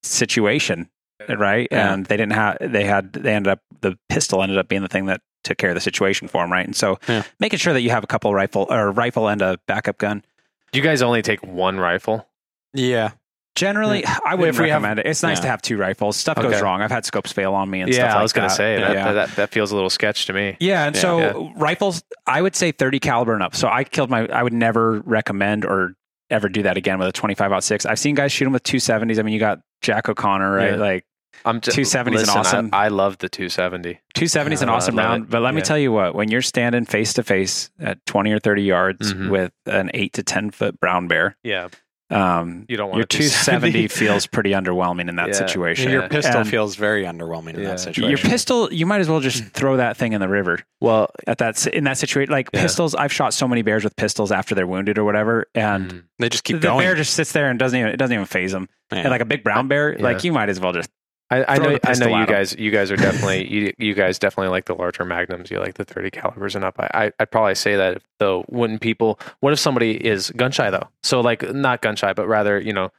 A: situation right
C: Yeah.
A: and they didn't have they had they ended up the pistol ended up being the thing that took care of the situation for them right and so
C: Yeah.
A: making sure that you have a couple rifle or rifle and a backup gun
B: You guys only take one rifle.
C: Yeah.
A: Generally, I wouldn't
C: If we have-
A: recommend it. It's nice
C: yeah.
A: to have two rifles. Stuff goes
B: Okay.
A: wrong. I've had scopes fail on me and
B: yeah,
A: stuff like
B: I was going
A: that.
B: to say that,
A: yeah.
B: that that feels a little sketch to me.
A: Yeah, and
C: Yeah.
A: so
B: Yeah.
A: rifles, I would say 30 caliber and up. So I killed my, I would never recommend or ever do that again with a 25 out six. I've seen guys shoot them with 270s. I mean, you got Jack O'Connor, right?
B: Yeah.
A: Like
B: I'm just
A: 270 is an awesome-
B: I, I love the 270.
A: 270 is an
B: Oh, I
A: awesome
B: love
A: round.
B: it.
A: But let me
B: Yeah.
A: tell you what, when you're standing face to face at 20 or 30 yards
B: Mhm.
A: with an eight to 10 foot brown bear,
B: Yeah,
A: um,
B: you don't want
A: your 270 feels pretty underwhelming in that
B: Yeah.
A: situation.
B: Yeah.
C: Your pistol
A: And-
C: feels very underwhelming
B: Yeah.
C: in
B: Your
C: that situation.
A: Your pistol, you might as well just throw that thing in the river
B: Well,
A: at that si- in that situation. Like
B: Yeah.
A: pistols, I've shot so many bears with pistols after they're wounded or whatever, and
B: mm,
C: they just keep
A: the
C: going.
A: bear just sits there and doesn't even it doesn't even phase them.
C: Man.
A: And like a big brown bear,
B: Yeah.
A: like you might as well just
B: I,
A: Throw
B: I know
A: the
B: I know
A: pistol
B: you
A: at 'em.
B: guys you guys are definitely you you guys definitely like the larger magnums. You like the 30 calibers and up. I, I I'd probably say that though. Wouldn't people? What if somebody is gun shy though? So like not gun shy, but rather you know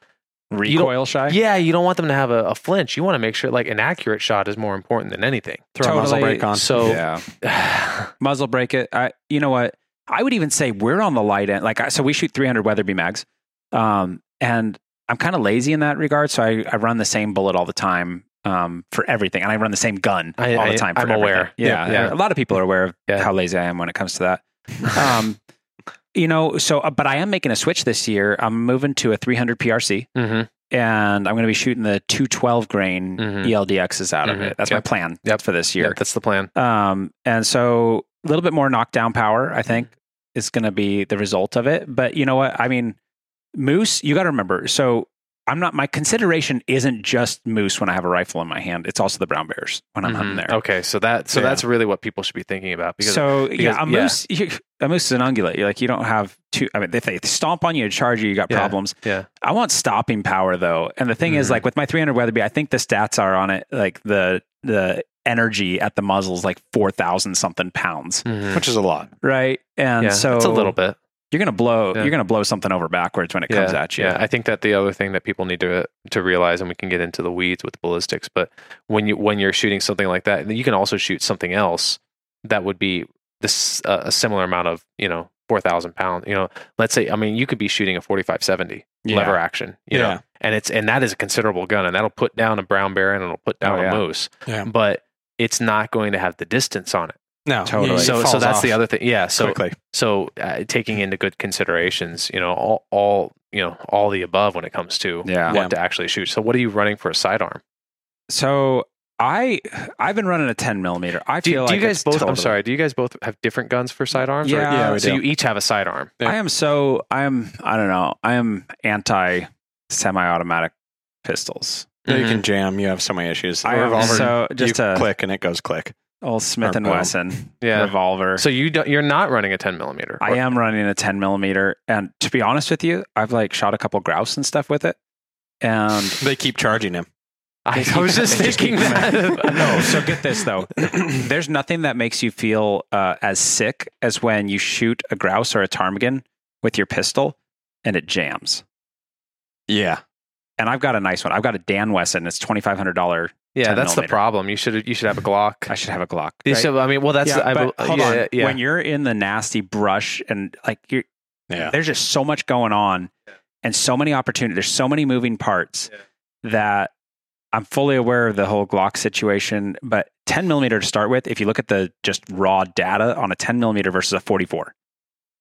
B: don't-
A: recoil shy.
B: Yeah, you don't want them to have a, a flinch. You want to make sure like an accurate shot is more important than anything. Mm-hmm.
C: throw a muzzle
A: totally-
C: brake on.
B: So
A: yeah, muzzle break it. I, you know what? I would even say we're on the light end. Like I, so, we shoot 300 Weatherby mags, um, and I'm kind of lazy in that regard. So I, I run the same bullet all the time. Um, for everything, and I run the same gun
B: I-
A: all
B: I-
A: the time. For
B: I'm aware.
A: everything. Yeah,
B: Yeah.
A: a lot of people are aware of
B: Yeah.
A: how lazy I am when it comes to that. um, you know, so uh, but I am making a switch this year. I'm moving to a 300 PRC,
B: Mhm.
A: and I'm going to be shooting the 212 grain E
B: Mhm.
A: ELDXs out of
B: Mhm.
A: it. That's my
B: Yep.
A: plan
B: Yep.
A: for this
B: yeah,
A: year.
B: that's the plan.
A: Um, and so a little bit more knockdown power, I think,
B: Mm-hmm.
A: is going to be the result of it. But you know what? I mean, moose. You got to remember. So I'm not. My consideration isn't just moose when I have a rifle in my hand. It's also the brown bears when I'm hunting
B: Mhm.
A: there.
B: Okay, so that so
C: Yeah.
B: that's really what people should be thinking about because
A: so
B: because-
A: yeah, a
B: yeah.
A: moose, you- a moose is an ungulate. You're like you don't have two. I mean, if they stomp on you and charge you, you got
B: Yeah,
A: problems.
B: yeah.
A: I want stopping power though, and the thing is,
B: Mhm.
A: like with my 300 Weatherby, I think the stats are on it. Like the the energy at the muzzle is like 4,000 something pounds,
B: Mhm.
C: which is a lot.
A: right? And
B: yeah,
A: so
B: it's a little bit.
A: You're gonna blow.
B: Yeah.
A: You're gonna blow something over backwards when it comes at you.
B: Yeah, I think that the other thing that people need to uh, to realize, and we can get into the weeds with ballistics, but when you when you're shooting something like that, you can also shoot something else that would be this uh, a similar amount of you know four thousand pound. You know, let's say I mean you could be shooting a forty five seventy
A: Yeah.
B: lever action. You
C: Yeah.
B: know, and it's and that is a considerable gun, and that'll put down a brown bear and it'll put down
A: Oh, yeah.
B: a moose,
C: Yeah.
B: but it's not going to have the distance on it.
C: No.
A: Totally.
C: it
B: so so
C: falls
B: that's
C: off
B: the other thing. Yeah. So
C: quickly.
B: so uh, taking into good considerations you know all, all you know all the above when it comes to
A: Yeah.
B: what to actually shoot so what are you running for a sidearm
A: So I I've been running a 10 millimeter. I
B: do,
A: feel
B: do
A: like
B: you guys
A: it's
B: both i'm
A: totally-
B: sorry do you guys both have different guns for sidearms or-
A: Yeah.
C: Yeah, we
B: so
C: do.
B: you each have a sidearm
C: Yeah.
A: I am so I am I don't know I am anti semi-automatic pistols.
C: No,
B: Mm-hmm.
C: You can jam. You have so many issues. The
A: I am
C: revolver,
A: so just
C: you
A: a
C: click and it goes click.
A: old Smith
C: or
A: and
C: bow.
A: Wesson
B: Yeah.
A: revolver.
B: so you don't, you're not running a 10 millimeter
A: I am running a 10 millimeter, and to be honest with you, I've like shot a couple grouse and stuff with it. And
C: They keep charging him.
B: i, I was just thinking that
A: no, so get this though. There's nothing that makes you feel uh, as sick as when you shoot a grouse or a ptarmigan with your pistol and it jams.
C: Yeah.
A: And I've got a nice one. I've got a Dan Wesson. It's twenty five hundred dollar.
B: yeah
A: 10
B: that's the
A: millimeter.
B: problem you should you should have a glock
A: I should have a Glock.
B: You
A: right?
B: should- i mean well that's
A: yeah,
B: the, I,
A: but
B: bel-
A: hold
B: yeah,
A: on.
B: yeah, yeah.
A: When you're in the nasty brush and like you're,
C: Yeah.
A: there's just so much going on and so many opportunities. There's so many moving parts that I'm fully aware of the whole Glock situation. But 10 millimeter to start with, if you look at the just raw data on a 10 millimeter versus a 44,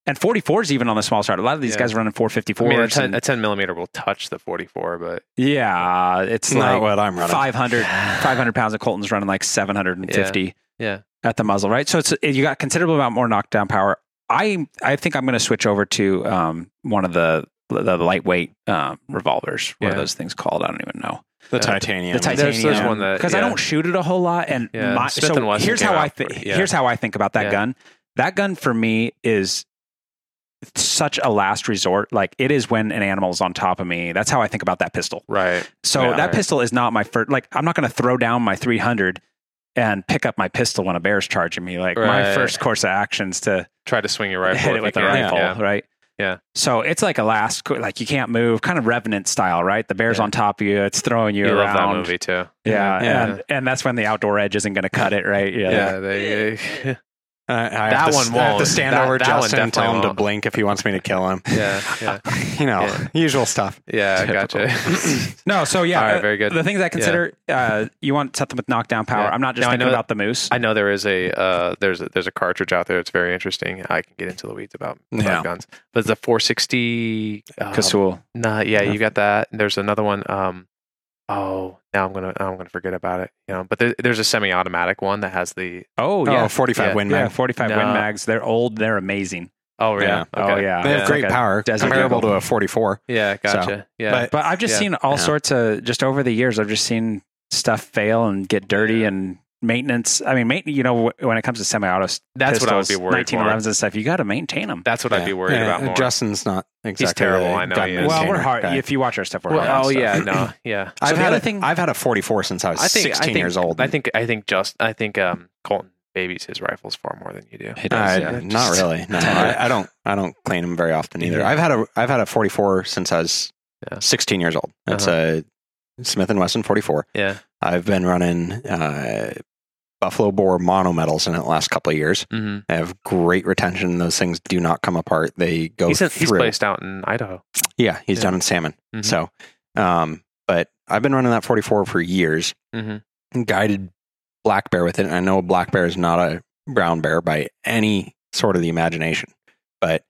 A: And 44 is even on the small side. A lot of these
B: Yeah.
A: guys are running 454.
B: I mean, a 10, a 10 millimeter will touch the 44, but
A: yeah, it's
C: Not
A: like
C: what I'm running.
A: 500, 500 pounds of Colton's running like 750
B: yeah,
A: at the muzzle, right? So it's you got considerable amount more knockdown power. I I think I'm going to switch over to um, one of the the lightweight um, revolvers. What
B: Yeah.
A: are those things called? I don't even know.
C: The
B: Uh,
C: titanium.
A: The titanium.
B: There's- there's one that-
A: because I
B: yeah.
A: don't shoot it a whole lot. And
B: Yeah,
A: my,
B: Smith and
A: so
B: Wesson
A: here's
B: came
A: how I
B: out
A: think.
B: for- yeah.
A: Here's how I think about that
B: Yeah.
A: gun. That gun for me is such a last resort. Like it is when an animal's on top of me. That's how I think about that pistol.
B: right.
A: So
B: Yeah.
A: that pistol is not my first. Like I'm not going to throw down my 300 and pick up my pistol when a bear's charging me. Like my
B: Right.
A: first course of actions to
B: Try to swing your rifle.
A: hit
B: if
A: it
B: you
A: with a
B: can.
A: rifle,
B: Yeah.
A: right?
B: Yeah.
A: So it's like a last, co- like you can't move, kind of revenant style, right? The bear's
B: Yeah.
A: on top of you, it's throwing you
B: You love
A: around.
B: that movie too.
A: Yeah,
C: Yeah.
A: And, and that's when the outdoor edge isn't going to cut it, right? Yeah.
B: they, yeah.
C: I, I
B: That
C: have to,
B: one
C: I have to
B: won't.
C: stand
B: That-
C: over
B: that one
C: Justin and tell
B: definitely
C: him to
B: won't.
C: blink if he wants me to kill him.
B: yeah, yeah,
C: You know,
B: Yeah.
C: usual stuff.
B: yeah. Gotcha.
A: No, so yeah,
B: All right,
A: uh,
B: very good.
A: the things I consider, uh, you want something with knockdown power.
B: Yeah.
A: I'm not just
B: Now, I
A: thinking
B: know that-
A: about the moose.
B: I know there is a uh, there's a, there's a cartridge out there. It's very interesting. I can get into the weeds about, about
C: Yeah.
B: guns, but the 460 um,
A: Casul.
B: Nah, yeah,
C: Yeah.
B: you got that. There's another one. Um, oh, now I'm gonna now I'm gonna forget about it. You know, but there, there's a semi-automatic one that has the.
A: Oh
C: Oh,
A: yeah,
C: 45
B: Yeah.
C: win
A: yeah,
C: mag.
A: 45
B: No.
A: win mags. They're old. They're amazing.
B: Oh
C: Yeah.
B: yeah.
A: Oh
B: Okay.
A: yeah,
C: They have
B: Yeah.
C: great
A: Like a
C: power,
A: desert
C: comparable to
A: eagle.
C: a 44.
B: Yeah. Gotcha. yeah.
C: but-
A: But I've just
B: Yeah.
A: seen all
C: Yeah.
A: sorts of just over the years. I've just seen stuff fail and get dirty
B: Yeah.
A: and maintenance. I mean, maintenance. You know, wh- when it comes to semi-auto
B: that's what I would be worried
A: Nineteen
B: for.
A: elevens and stuff. You got to maintain them.
B: That's what I'd be worried
C: Yeah,
B: about more.
C: Justin's not exactly.
B: terrible,
C: a
B: I know
C: gun
B: he is.
A: well, we're
C: maintainer
A: hard.
C: guy.
A: If you watch our stuff, we're
B: Well,
A: hard. on
B: oh
A: stuff.
B: yeah. No. Yeah.
A: So the
C: I've had
A: other
C: a,
A: thing-
C: I've had a 44 since I was
B: I think.
C: 16
B: I think,
C: years old.
B: I think. I think. Just. I think. Um. Colton babies his rifles far more than you do.
A: It
C: I-
A: is, yeah.
C: Not really. No, I, I don't. I don't clean them very often either.
B: Yeah.
C: I've had a I've had a 44 since I was
B: Yeah.
C: 16 years old. It's a Smith and Wesson 44.
B: Yeah.
C: I've been running uh, Buffalo Bore monometals in it the last couple of years.
B: Mm-hmm.
C: I have great retention. Those things do not come apart. They go
B: He's,
C: through.
B: in- he's placed out in Idaho.
C: Yeah, he's
B: Yeah.
C: down in salmon.
B: Mhm.
C: So, um, but I've been running that 44 for years.
B: Mhm.
C: Guided black bear with it. And I know a black bear is not a brown bear by any sort of the imagination, but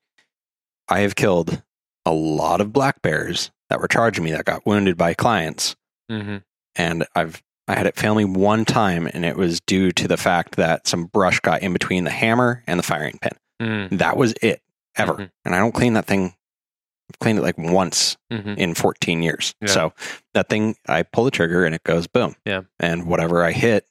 C: I have killed a lot of black bears that were charging me that got wounded by clients,
B: Mm-hmm.
C: and I've I had it fail me one time, and it was due to the fact that some brush got in between the hammer and the firing pin.
B: Mm-hmm.
C: That was it ever,
B: Mhm.
C: and I don't clean that thing. I've cleaned it like once
B: Mm-hmm.
C: in 14 years.
B: Yeah.
C: So that thing, I pull the trigger and it goes boom.
B: Yeah.
C: And whatever I hit,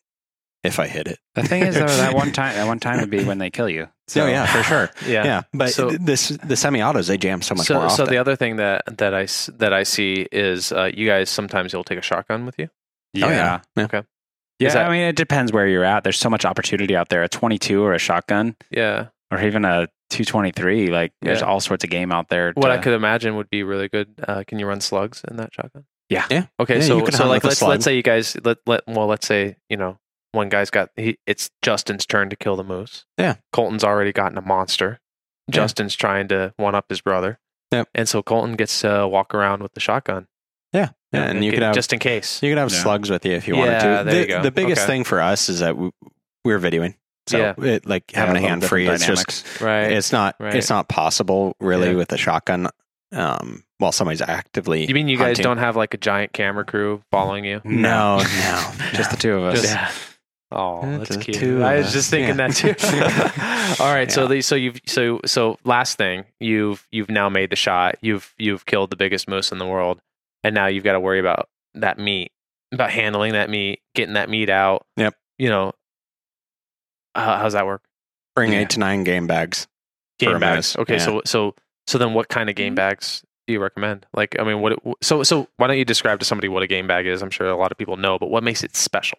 C: if I hit it.
A: The thing is, though, that one time, that one time would be when they kill you. So
C: oh yeah, for sure.
B: Yeah.
C: Yeah. But
B: So-
C: th- this the semi autos they jam so much
B: so,
C: more
B: so
C: often.
B: the other thing that that I s- that I see is uh, you guys sometimes you'll take a shotgun with you.
A: yeah.
C: yeah. Yeah.
B: Okay.
A: Yeah,
B: Is that-
A: I mean, it depends where you're at. There's so much opportunity out there. A 22 or a shotgun,
B: Yeah.
A: or even a 223. Like, there's
B: Yeah.
A: all sorts of game out there.
B: What
A: to-
B: I could imagine would be really good. Uh, can you run slugs in that shotgun?
A: Yeah.
C: Yeah.
B: Okay.
C: Yeah, you
B: so
C: can
B: so
C: hunt
B: like
C: with a
B: let's let's
C: slug.
B: say you guys let let well let's say you know one guy's got he, it's Justin's turn to kill the moose.
C: Yeah.
B: Colton's already gotten a monster.
C: Yeah.
B: Justin's trying to one up his brother.
C: Yep.
B: And so Colton gets to walk around with the shotgun.
C: Yeah, and you
B: get-
C: could have
B: just in case.
C: you could have
A: Yeah.
C: slugs with you if you
B: Yeah,
C: wanted to.
B: there
C: the,
B: you go.
C: the biggest
B: Okay.
C: thing for us is that we, we're videoing. So
B: Yeah.
C: it, like
A: Yeah,
C: having
A: a
C: a
A: little
C: hand free
A: different
C: is just
B: Right.
C: it's not
B: Right.
C: it's not possible really
B: Yeah.
C: with a shotgun um while somebody's actively
B: you mean you guys
C: hunting.
B: don't have like a giant camera crew following you?
C: No, no.
A: just the two of us.
C: Just-
B: yeah. Oh,
C: Yeah,
B: that's
C: to the
B: cute.
C: two of
B: I was
C: us.
B: just thinking
C: Yeah.
B: that too. All right, so
C: Yeah.
B: the, so you've so so last thing you've you've now made the shot. You've you've killed the biggest moose in the world, and now you've got to worry about that meat, about handling that meat, getting that meat out.
C: Yep.
B: You know, how, how's that work?
C: bring
A: Yeah.
C: eight to nine game bags. For
B: Game
C: a
B: bags.
C: moose,
B: Okay,
C: yeah.
B: so so so then what kind of game bags do you recommend? Like, I mean, what? So so why don't you describe to somebody what a game bag is? I'm sure a lot of people know, but what makes it special?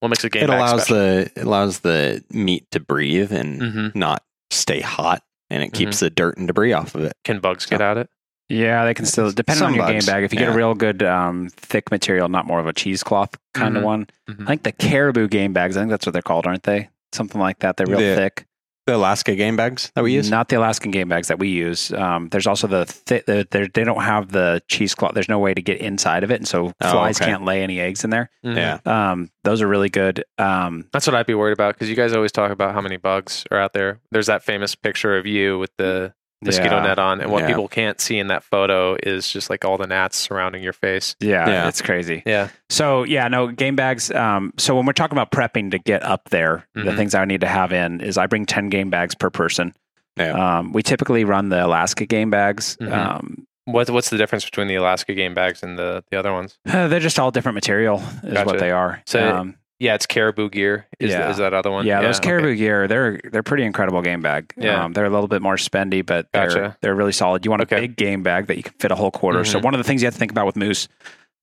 B: What makes a game
C: it
B: bag
C: allows
B: special?
C: the it allows the meat to breathe and
B: Mhm.
C: not stay hot and it keeps the dirt and debris off of it.
B: Can bugs get at it?
A: Yeah, they can still depending
C: Some
A: on your
C: bugs,
A: game bag. If you get
C: yeah.
A: a real good um, thick material, not more of a cheesecloth kind
B: Mhm,
C: Mm-hmm.
A: of one.
B: mhm.
A: I think the caribou game bags. I think that's what they're called, aren't they? Something like that. They're real
C: Yeah.
A: thick.
C: The E Alaska game bags that we use.
A: not the Alaskan game bags that we use. Um, there's also the, th- the they're- they don't have the cheesecloth. There's no way to get inside of it, and so
C: Oh,
A: flies
C: okay.
A: can't lay any eggs in there.
B: Mhm.
C: Yeah.
A: Um, those are really good. Um,
B: That's what I'd be worried about because you guys always talk about how many bugs are out there. There's that famous picture of you with the mosquito
A: Yeah.
B: net on. And what
C: Yeah.
B: people can't see in that photo is just like all the gnats surrounding your face.
A: Yeah,
C: Yeah.
A: it's crazy.
B: Yeah.
A: So yeah, no game bags. Um, so when we're talking about prepping to get up there, the
B: Mhm.
A: things I need to have in is I bring ten game bags per person.
C: Yeah.
A: Um, we typically run the Alaska game bags.
B: Mhm.
A: Um,
B: What, what's the difference between the Alaska game bags and the, the other ones?
A: uh, they're just all different material, is
B: Gotcha.
A: what they are.
B: So-
A: um,
B: Yeah, it's caribou gear. Is,
A: Yeah.
B: is that other one?
A: yeah, those
B: okay.
A: caribou gear, they're they're pretty incredible game bag.
B: Yeah.
A: Um, they're a little bit more spendy, but they're
B: Gotcha.
A: they're really solid. You want a
B: Okay. Mm-hmm.
A: big game bag that you can fit a whole quarter. So one of the things you have to think about with moose,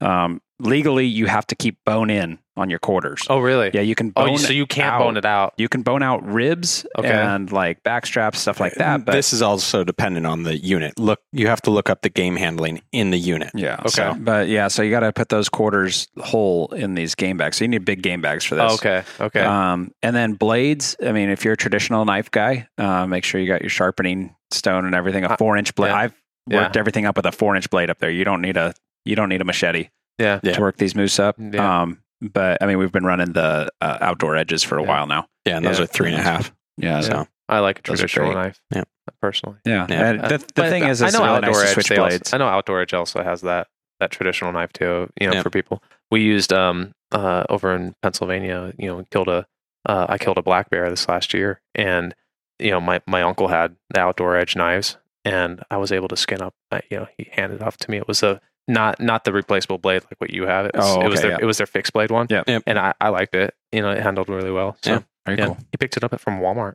A: um, legally you have to keep bone in on your quarters.
B: Oh, really?
A: Yeah, you can
B: Oh,
A: bone
B: so you can't
A: out.
B: bone it out.
A: You can bone out ribs
B: Okay.
A: and like back straps, stuff like that. But
C: this is also dependent on the unit. Look, you have to look up the game handling in the unit.
A: yeah,
B: Okay.
A: so- but yeah, so you got to put those quarters whole in these game bags. So you need big game bags for this.
B: Oh, okay. Okay.
A: Um, and then blades. I mean, if you're a traditional knife guy, uh, make sure you got your sharpening stone and everything. A
B: Uh,
A: four inch blade.
B: yeah.
A: I've worked everything up with a four inch blade up there. You don't need a you don't need a machete
B: yeah.
C: Yeah.
A: to work these moose up.
B: Yeah.
A: Um, but I mean, we've been running the uh, outdoor edges for a
B: Yeah.
A: while now.
C: Yeah, and those
B: Yeah.
C: are three and a half.
A: Yeah.
C: So
B: I like a
A: Those are
B: traditional
A: great.
B: knife.
C: Yeah.
B: Personally.
A: Yeah.
C: Yeah.
A: And the the
B: But
A: thing is,
B: I
A: it's
B: know
A: really nice
B: Outdoor
A: to
B: Edge.
A: switch
B: they also-
A: blades.
B: I know Outdoor Edge also has that that traditional knife too. You know,
C: Yeah.
B: for people, we used um uh over in Pennsylvania. You know, killed a uh, I killed a black bear this last year, and you know my my uncle had the Outdoor Edge knives, and I was able to skin up. I, you know, he handed it off to me. It was a not not the replaceable blade like what you have. It was,
A: Oh,
B: it was
A: okay,
B: their
A: yeah.
B: it was their fixed blade one.
A: Yeah.
C: Yep.
B: and I, I liked it. You know, it handled really well. So
C: Yeah.
A: Very
B: yeah,
A: cool.
B: he picked it up from Walmart.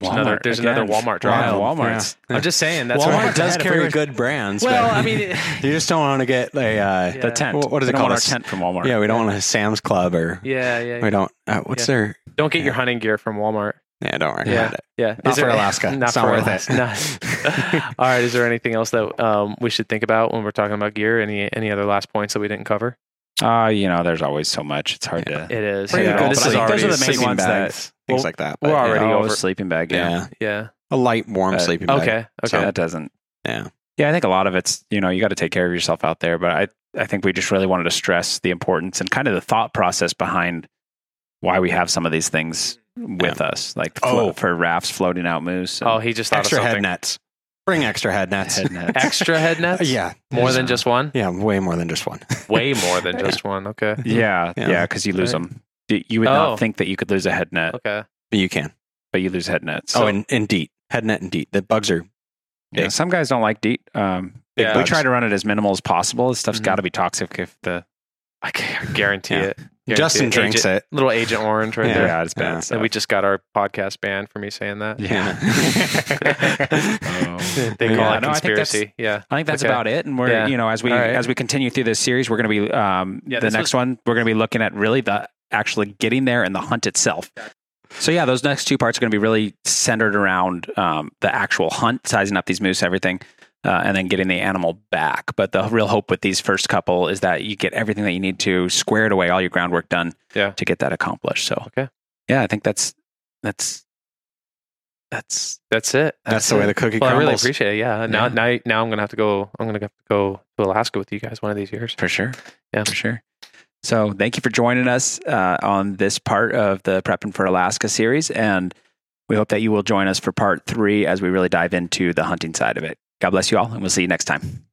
B: There's another- there's another Walmart
A: drive.
B: drive.
A: Walmart's.
B: I'm just saying that's
C: Walmart
B: why-
C: does
A: had a
C: carry
A: very-
C: good brands.
B: Well,
C: but
B: I mean, it-
C: you just don't want to get a. Uh,
B: Yeah.
A: The tent.
C: Wh- what is
A: We
C: it
A: don't
C: called?
A: want
C: A
A: Our
C: s-
A: tent from Walmart.
C: Yeah, we don't want a Sam's Club or
B: yeah, yeah.
C: we don't. Uh, what's
B: Yeah.
C: their?
B: Don't get your
C: Yeah.
B: hunting gear from Walmart.
C: Yeah, don't recommend
B: Yeah.
C: it.
B: Yeah,
C: Not
B: Is there-
C: for Alaska.
B: not
C: It's not
B: for
C: worth
B: Alaska.
C: it.
B: No. All right. Is there anything else that um, we should think about when we're talking about gear? Any any other last points that we didn't cover?
A: Uh, you know, there's always so much. It's hard to.
B: It is.
A: Pretty
B: yeah.
A: good.
B: This
A: Those
B: is
A: are-
B: already-
A: those are the main
C: sleeping
A: ones that-
C: bags, things
B: Well,
C: like that.
B: we're already
A: oh,
B: over-
A: sleeping bag.
C: yeah.
A: Yeah.
C: Yeah.
B: yeah.
C: a light, warm
A: Uh,
C: sleeping bag.
B: Okay. Okay.
A: So that doesn't.
C: Yeah.
A: Yeah, I think a lot of it's you know you got to take care of yourself out there, but I I think we just really wanted to stress the importance and kind of the thought process behind why we have some of these things with us, like
C: Oh.
A: flo- for rafts, floating out moose. and
B: oh, he just thought
C: Extra
B: of
C: head
B: something.
C: nets. Bring extra head nets.
A: head nets.
B: Extra head nets.
C: yeah,
B: More
C: there's-
B: than just one.
C: yeah, way more than just one.
B: Way more than just one. Okay.
A: yeah,
C: Yeah.
A: yeah, because you lose them. You would
B: Oh.
A: not think that you could lose a head net,
B: Okay.
C: But you can.
A: but you lose head nets.
C: oh, and, and deet head net and deet. The bugs are
A: Yeah,
C: big.
A: some guys don't like DEET. Um,
C: big.
B: Yeah.
A: we
C: bugs.
A: try to run it as minimal as possible. This
C: Mm-hmm.
A: stuff's
B: Mhm.
A: got to be toxic if the
B: I can guarantee
C: Yeah.
B: it. Guarantee
C: Justin
B: it.
C: drinks
B: Agent-
C: it.
B: Little Agent Orange right
C: Yeah.
B: there.
A: yeah, it's bad.
C: Yeah.
A: stuff.
B: And we just got our podcast banned for me saying that.
C: Yeah.
A: Oh.
B: They call
A: Yeah,
B: it
A: no, I think that's-
B: conspiracy. yeah.
A: I think that's
B: Okay.
A: about it. And we're
B: Yeah.
A: you know as we
B: All right.
A: as we continue through this series, we're going to be um,
B: Yeah,
A: the
B: this
A: next one we're going to be looking at really the actually getting there and the hunt itself. So yeah, those next two parts are going to be really centered around um, the actual hunt, sizing up these moose, everything, uh, and then getting the animal back. But the real hope with these first couple is that you get everything that you need to squared away, all your groundwork done,
B: Yeah.
A: to get that accomplished. So
B: Okay.
A: yeah, I think that's that's that's
B: That's it.
C: That's the way the cookie
B: Well, I really
C: crumbles.
B: appreciate it. Yeah. Now,
A: Yeah.
B: now, now I'm gonna have to go. I'm gonna have to go to Alaska with you guys one of these years.
A: For sure.
B: Yeah.
A: for sure. So thank you for joining us uh, on this part of the Prepping for Alaska series. And we hope that you will join us for part three as we really dive into the hunting side of it. God bless you all, and we'll see you next time.